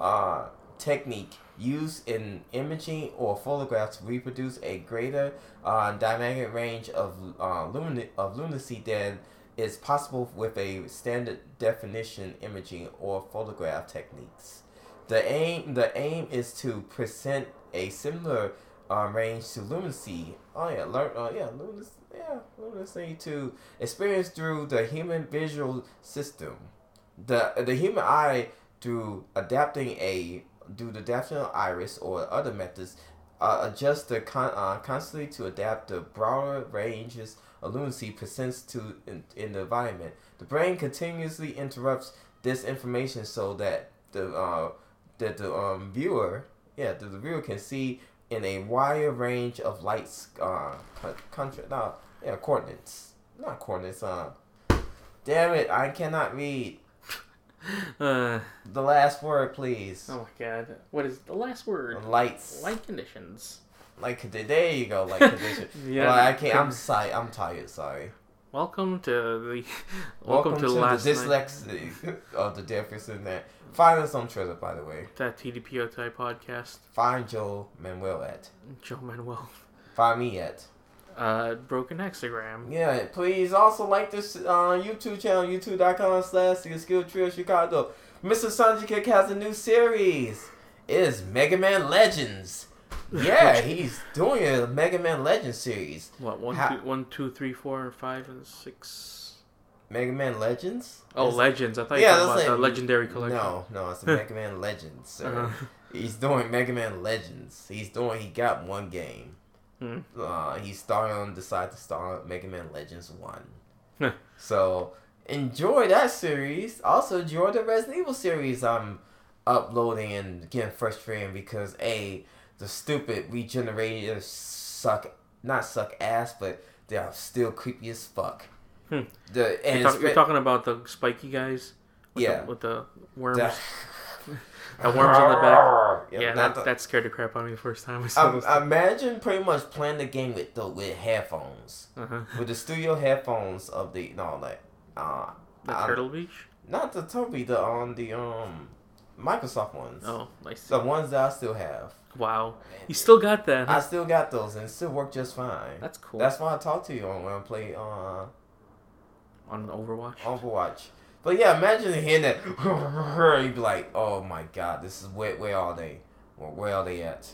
Speaker 1: uh, technique used in imaging or photographs to reproduce a greater uh, dynamic range of uh, lumin- of lunacy than is possible with a standard definition imaging or photograph techniques. The aim the aim is to present a similar um, range to lunacy. Oh yeah, learn. Uh, yeah, lunacy. Yeah, lunacy to experience through the human visual system. the the human eye through adapting a through the adaptation of iris or other methods uh, adjusts the con- uh, constantly to adapt the broader ranges of lunacy presents to in, in the environment. The brain continuously interrupts this information so that the uh, that the um, viewer yeah the, the viewer can see in a wider range of lights uh co- contra- no, yeah coordinates not coordinates uh damn it I cannot read
Speaker 2: Uh,
Speaker 1: the last word please
Speaker 2: oh my god. What is the last word?
Speaker 1: lights
Speaker 2: Light conditions.
Speaker 1: like condi- there you go like condition
Speaker 2: Yeah.
Speaker 1: Well, I can't I'm sorry I'm tired sorry
Speaker 2: Welcome to the.
Speaker 1: welcome, to, the
Speaker 2: last night,
Speaker 1: dyslexia of the difference in that find us on Twitter by the way
Speaker 2: that TDPOTI podcast.
Speaker 1: find Joe Manuel at
Speaker 2: Joe Manuel.
Speaker 1: find me at
Speaker 2: Uh, broken hexagram.
Speaker 1: Yeah, please also like this uh, YouTube channel, youtube.com slash the skill trio Chicago. Mr. Sanji Kick has a new series. It is Mega Man Legends. Yeah, he's doing a Mega Man Legends series.
Speaker 2: What one,
Speaker 1: Ha-
Speaker 2: two, one, two, three, four, and five, and six.
Speaker 1: Mega Man Legends?
Speaker 2: Oh,
Speaker 1: It's-
Speaker 2: legends! I thought
Speaker 1: Yeah,
Speaker 2: you were
Speaker 1: that's
Speaker 2: talking about
Speaker 1: like-
Speaker 2: the legendary collection.
Speaker 1: No, no, it's a Mega Man Legends. Sir.
Speaker 2: Uh-huh.
Speaker 1: He's doing Mega Man Legends. He's doing. He got one game.
Speaker 2: Hmm.
Speaker 1: Uh, he's starting on decide to start on Mega Man Legends one. so enjoy that series. Also enjoy the Resident Evil series. I'm uploading and getting frustrated because a the stupid regenerators suck. Not suck ass, but they are still creepy as fuck.
Speaker 2: Hmm.
Speaker 1: The and
Speaker 2: You're, talk-
Speaker 1: it's
Speaker 2: you're
Speaker 1: re-
Speaker 2: talking about the spiky guys. With
Speaker 1: Yeah.
Speaker 2: The, with the worms.
Speaker 1: the-
Speaker 2: The worms on the back.
Speaker 1: Yeah,
Speaker 2: Yeah,
Speaker 1: not
Speaker 2: that,
Speaker 1: the-
Speaker 2: that scared the crap out of me the first time I saw
Speaker 1: I,
Speaker 2: this.
Speaker 1: I imagine pretty much playing the game with the with headphones,
Speaker 2: uh-huh.
Speaker 1: with the studio headphones of the no like uh
Speaker 2: The
Speaker 1: I-
Speaker 2: Turtle Beach?
Speaker 1: not the Toby the on the um Microsoft ones,
Speaker 2: Oh, nice.
Speaker 1: the ones that I still have.
Speaker 2: Wow. You still got that.
Speaker 1: I
Speaker 2: huh?
Speaker 1: still got those and it still work just fine.
Speaker 2: That's cool.
Speaker 1: That's why I talk to you on when I play uh
Speaker 2: On Overwatch.
Speaker 1: Overwatch. But yeah, imagine hearing that. You'd be like, oh my god, this is where where are they? Where, where are they at?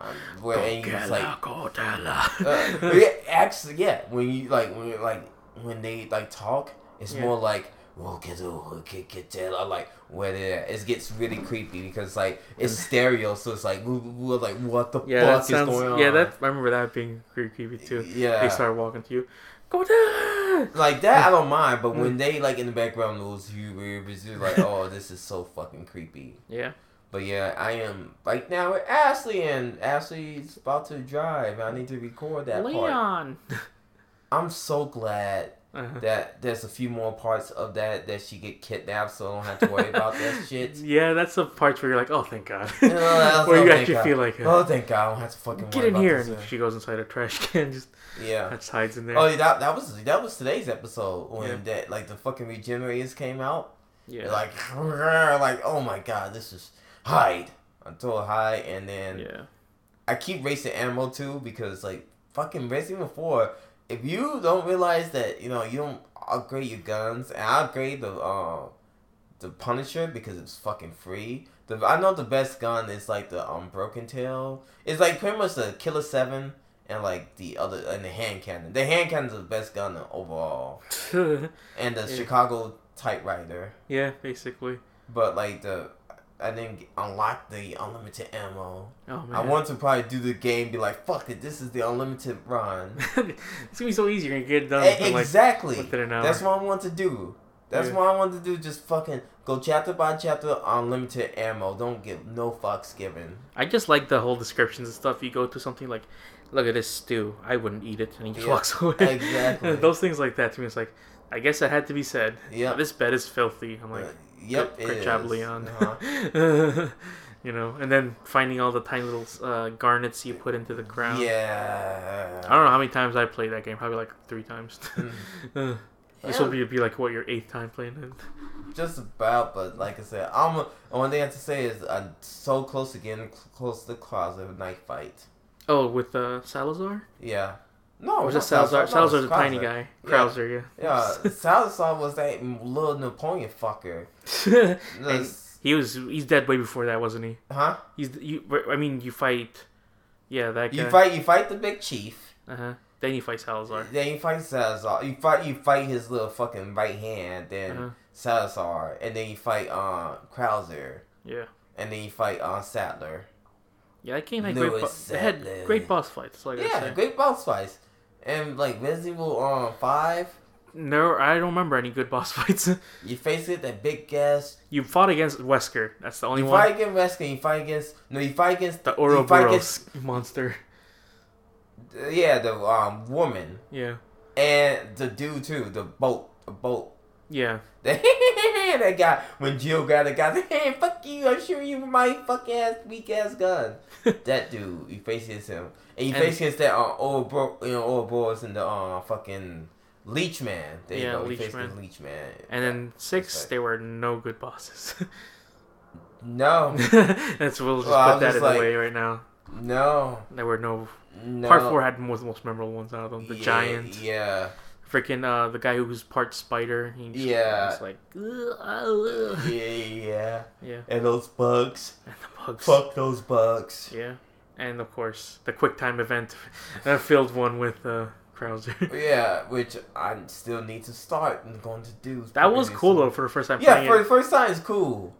Speaker 1: Um, where and you just like Uh, yeah, actually, yeah. When you like, when you, like, when they like talk, it's
Speaker 2: Yeah.
Speaker 1: more like "Rokedo, Rokeketela," like where they at. It gets really creepy because like it's stereo, so it's like we- we- we're like, what the
Speaker 2: Mm. yeah,
Speaker 1: fuck
Speaker 2: that
Speaker 1: is
Speaker 2: sounds,
Speaker 1: going on?
Speaker 2: Yeah, that, I remember that being pretty creepy too.
Speaker 1: Yeah.
Speaker 2: They started walking to you. Godala!
Speaker 1: Like that, I don't mind, but
Speaker 2: Mm.
Speaker 1: when they like in the background lose you, it's just like, oh, this is so fucking creepy.
Speaker 2: Yeah.
Speaker 1: But yeah, I am like now with Ashley, and Ashley's about to drive. I need to record that part.
Speaker 2: Leon!
Speaker 1: I'm so glad
Speaker 2: Uh-huh.
Speaker 1: that there's a few more parts of that that she get kidnapped, so I don't have to worry about that shit.
Speaker 2: Yeah, that's the parts where you're like, oh, thank God.
Speaker 1: No, that's-
Speaker 2: where you
Speaker 1: oh,
Speaker 2: actually
Speaker 1: thank
Speaker 2: feel
Speaker 1: God.
Speaker 2: like, uh,
Speaker 1: oh, thank God, I don't have to fucking
Speaker 2: get
Speaker 1: worry
Speaker 2: in
Speaker 1: about
Speaker 2: here.
Speaker 1: this,
Speaker 2: And
Speaker 1: uh,
Speaker 2: she goes inside a trash can, just
Speaker 1: Yeah.
Speaker 2: just hides in there.
Speaker 1: Oh, that that was that was today's episode when
Speaker 2: Yeah.
Speaker 1: that like the fucking regenerators came out.
Speaker 2: yeah.
Speaker 1: Like, like oh my God, this is hide until hide, and then
Speaker 2: yeah.
Speaker 1: I keep racing ammo too because like fucking Resident Evil Four. If you don't realize that you know you don't upgrade your guns, and I upgrade the uh, the Punisher because it's fucking free. The I know the best gun is like the um Broken Tail. It's like pretty much the Killer Seven and like the other and the hand cannon. The hand cannon's the best gun overall, and the
Speaker 2: Yeah.
Speaker 1: Chicago typewriter.
Speaker 2: yeah, basically.
Speaker 1: But like the I didn't unlock the unlimited ammo.
Speaker 2: Oh, man.
Speaker 1: I want to probably do the game, be like, fuck it, this is the unlimited run.
Speaker 2: it's going to be so easy. You're going to get it done
Speaker 1: E-
Speaker 2: within, like,
Speaker 1: exactly.
Speaker 2: within an hour.
Speaker 1: That's what I want to do. That's
Speaker 2: Yeah.
Speaker 1: what I want to do. Just fucking go chapter by chapter, unlimited ammo. Don't give no fucks given.
Speaker 2: I just like the whole descriptions and stuff. You go to something like, look at this stew. I wouldn't eat it. And he just
Speaker 1: Yeah,
Speaker 2: walks away.
Speaker 1: exactly.
Speaker 2: Those things like that to me, it's like, I guess that had to be said.
Speaker 1: Yep.
Speaker 2: This bed is filthy. I'm like,
Speaker 1: Uh, yep.
Speaker 2: good,
Speaker 1: it
Speaker 2: good job,
Speaker 1: is.
Speaker 2: Leon.
Speaker 1: Uh-huh.
Speaker 2: you know, and then finding all the tiny little uh, garnets you put into the ground.
Speaker 1: Yeah.
Speaker 2: I don't know how many times I played that game. Probably like three times. Uh, This will
Speaker 1: Yeah.
Speaker 2: be, be like what your eighth time playing it.
Speaker 1: Just about, but like I said, I'm. One thing I have to say is I'm so close to getting cl- close to the closet with Night Fight.
Speaker 2: Oh, with uh, Salazar.
Speaker 1: Yeah. No,
Speaker 2: Or was
Speaker 1: Oh, not
Speaker 2: that Salazar?
Speaker 1: no, it's
Speaker 2: Salazar's a tiny
Speaker 1: Krauser.
Speaker 2: guy.
Speaker 1: Yeah.
Speaker 2: Krauser,
Speaker 1: Yeah,
Speaker 2: yeah.
Speaker 1: Salazar was that little Napoleon fucker.
Speaker 2: And
Speaker 1: This-
Speaker 2: he was he's dead way before that, wasn't he?
Speaker 1: huh?
Speaker 2: He's you. I mean, you fight. Yeah, that guy.
Speaker 1: You fight, you fight the big chief,
Speaker 2: Uh huh. Then you fight Salazar.
Speaker 1: Then you fight Salazar. You fight you fight his little fucking right hand, then
Speaker 2: Uh-huh.
Speaker 1: Salazar, and then you fight uh Krauser,
Speaker 2: Yeah.
Speaker 1: and then you fight uh Sattler.
Speaker 2: Yeah, that game had great.
Speaker 1: Lewis
Speaker 2: bo- it had
Speaker 1: Sadler.
Speaker 2: great boss fights. Like I
Speaker 1: Yeah,
Speaker 2: said,
Speaker 1: great boss fights. And like Resident Evil um five,
Speaker 2: no, I don't remember any good boss fights.
Speaker 1: you face it that big ass
Speaker 2: you fought against Wesker. That's the only
Speaker 1: you
Speaker 2: one.
Speaker 1: fight against Reskin, you fight against no you fight against
Speaker 2: the
Speaker 1: you fight
Speaker 2: Ouroboros monster.
Speaker 1: against- yeah, the um woman.
Speaker 2: Yeah.
Speaker 1: And the dude too, the boat the boat.
Speaker 2: Yeah.
Speaker 1: that guy when Jill grabbed the guy, hey, fuck you! I'm shooting you with my fuck ass weak ass gun. that dude, he faces him, and he
Speaker 2: And-
Speaker 1: faces against that uh, old bro, you know, old boys in the uh, fucking leech man. There
Speaker 2: Yeah,
Speaker 1: you go. he
Speaker 2: Leech
Speaker 1: faced
Speaker 2: Man.
Speaker 1: the leech man.
Speaker 2: And then six,
Speaker 1: right.
Speaker 2: there were no good bosses.
Speaker 1: no,
Speaker 2: That's we'll just
Speaker 1: Well, I
Speaker 2: put
Speaker 1: was
Speaker 2: that
Speaker 1: just
Speaker 2: in
Speaker 1: like-
Speaker 2: the way right now.
Speaker 1: no,
Speaker 2: There were no.
Speaker 1: no.
Speaker 2: Part four had most most memorable ones out of them. The
Speaker 1: Yeah,
Speaker 2: giant,
Speaker 1: Yeah,
Speaker 2: freaking uh, the guy who was part spider. He just,
Speaker 1: Yeah.
Speaker 2: It's like "Ugh, ah,
Speaker 1: yeah,
Speaker 2: ugh."
Speaker 1: yeah.
Speaker 2: yeah,
Speaker 1: And those bugs.
Speaker 2: and the bugs.
Speaker 1: Fuck those bugs.
Speaker 2: Yeah, and of course the quick time event, that filled one with uh, Krauser.
Speaker 1: Yeah, which I still need to start and going to do.
Speaker 2: that was cool though for the first time
Speaker 1: Yeah,
Speaker 2: playing
Speaker 1: for the
Speaker 2: it.
Speaker 1: first time, it's cool.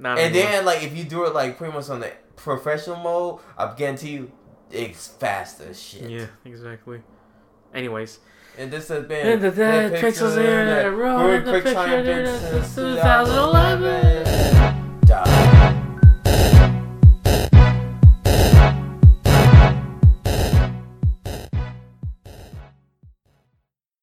Speaker 2: Not
Speaker 1: And
Speaker 2: anymore.
Speaker 1: then, like, if you do it like pretty much on the professional mode, I guarantee you, it's fast as shit.
Speaker 2: yeah, exactly. Anyways,
Speaker 1: And this has been
Speaker 2: and the, the
Speaker 1: Pixels
Speaker 2: pixels in
Speaker 1: Internet
Speaker 2: a row,
Speaker 1: Road
Speaker 2: the
Speaker 1: Quick
Speaker 2: picture
Speaker 1: Time
Speaker 2: in
Speaker 1: Pixels
Speaker 2: since 2011.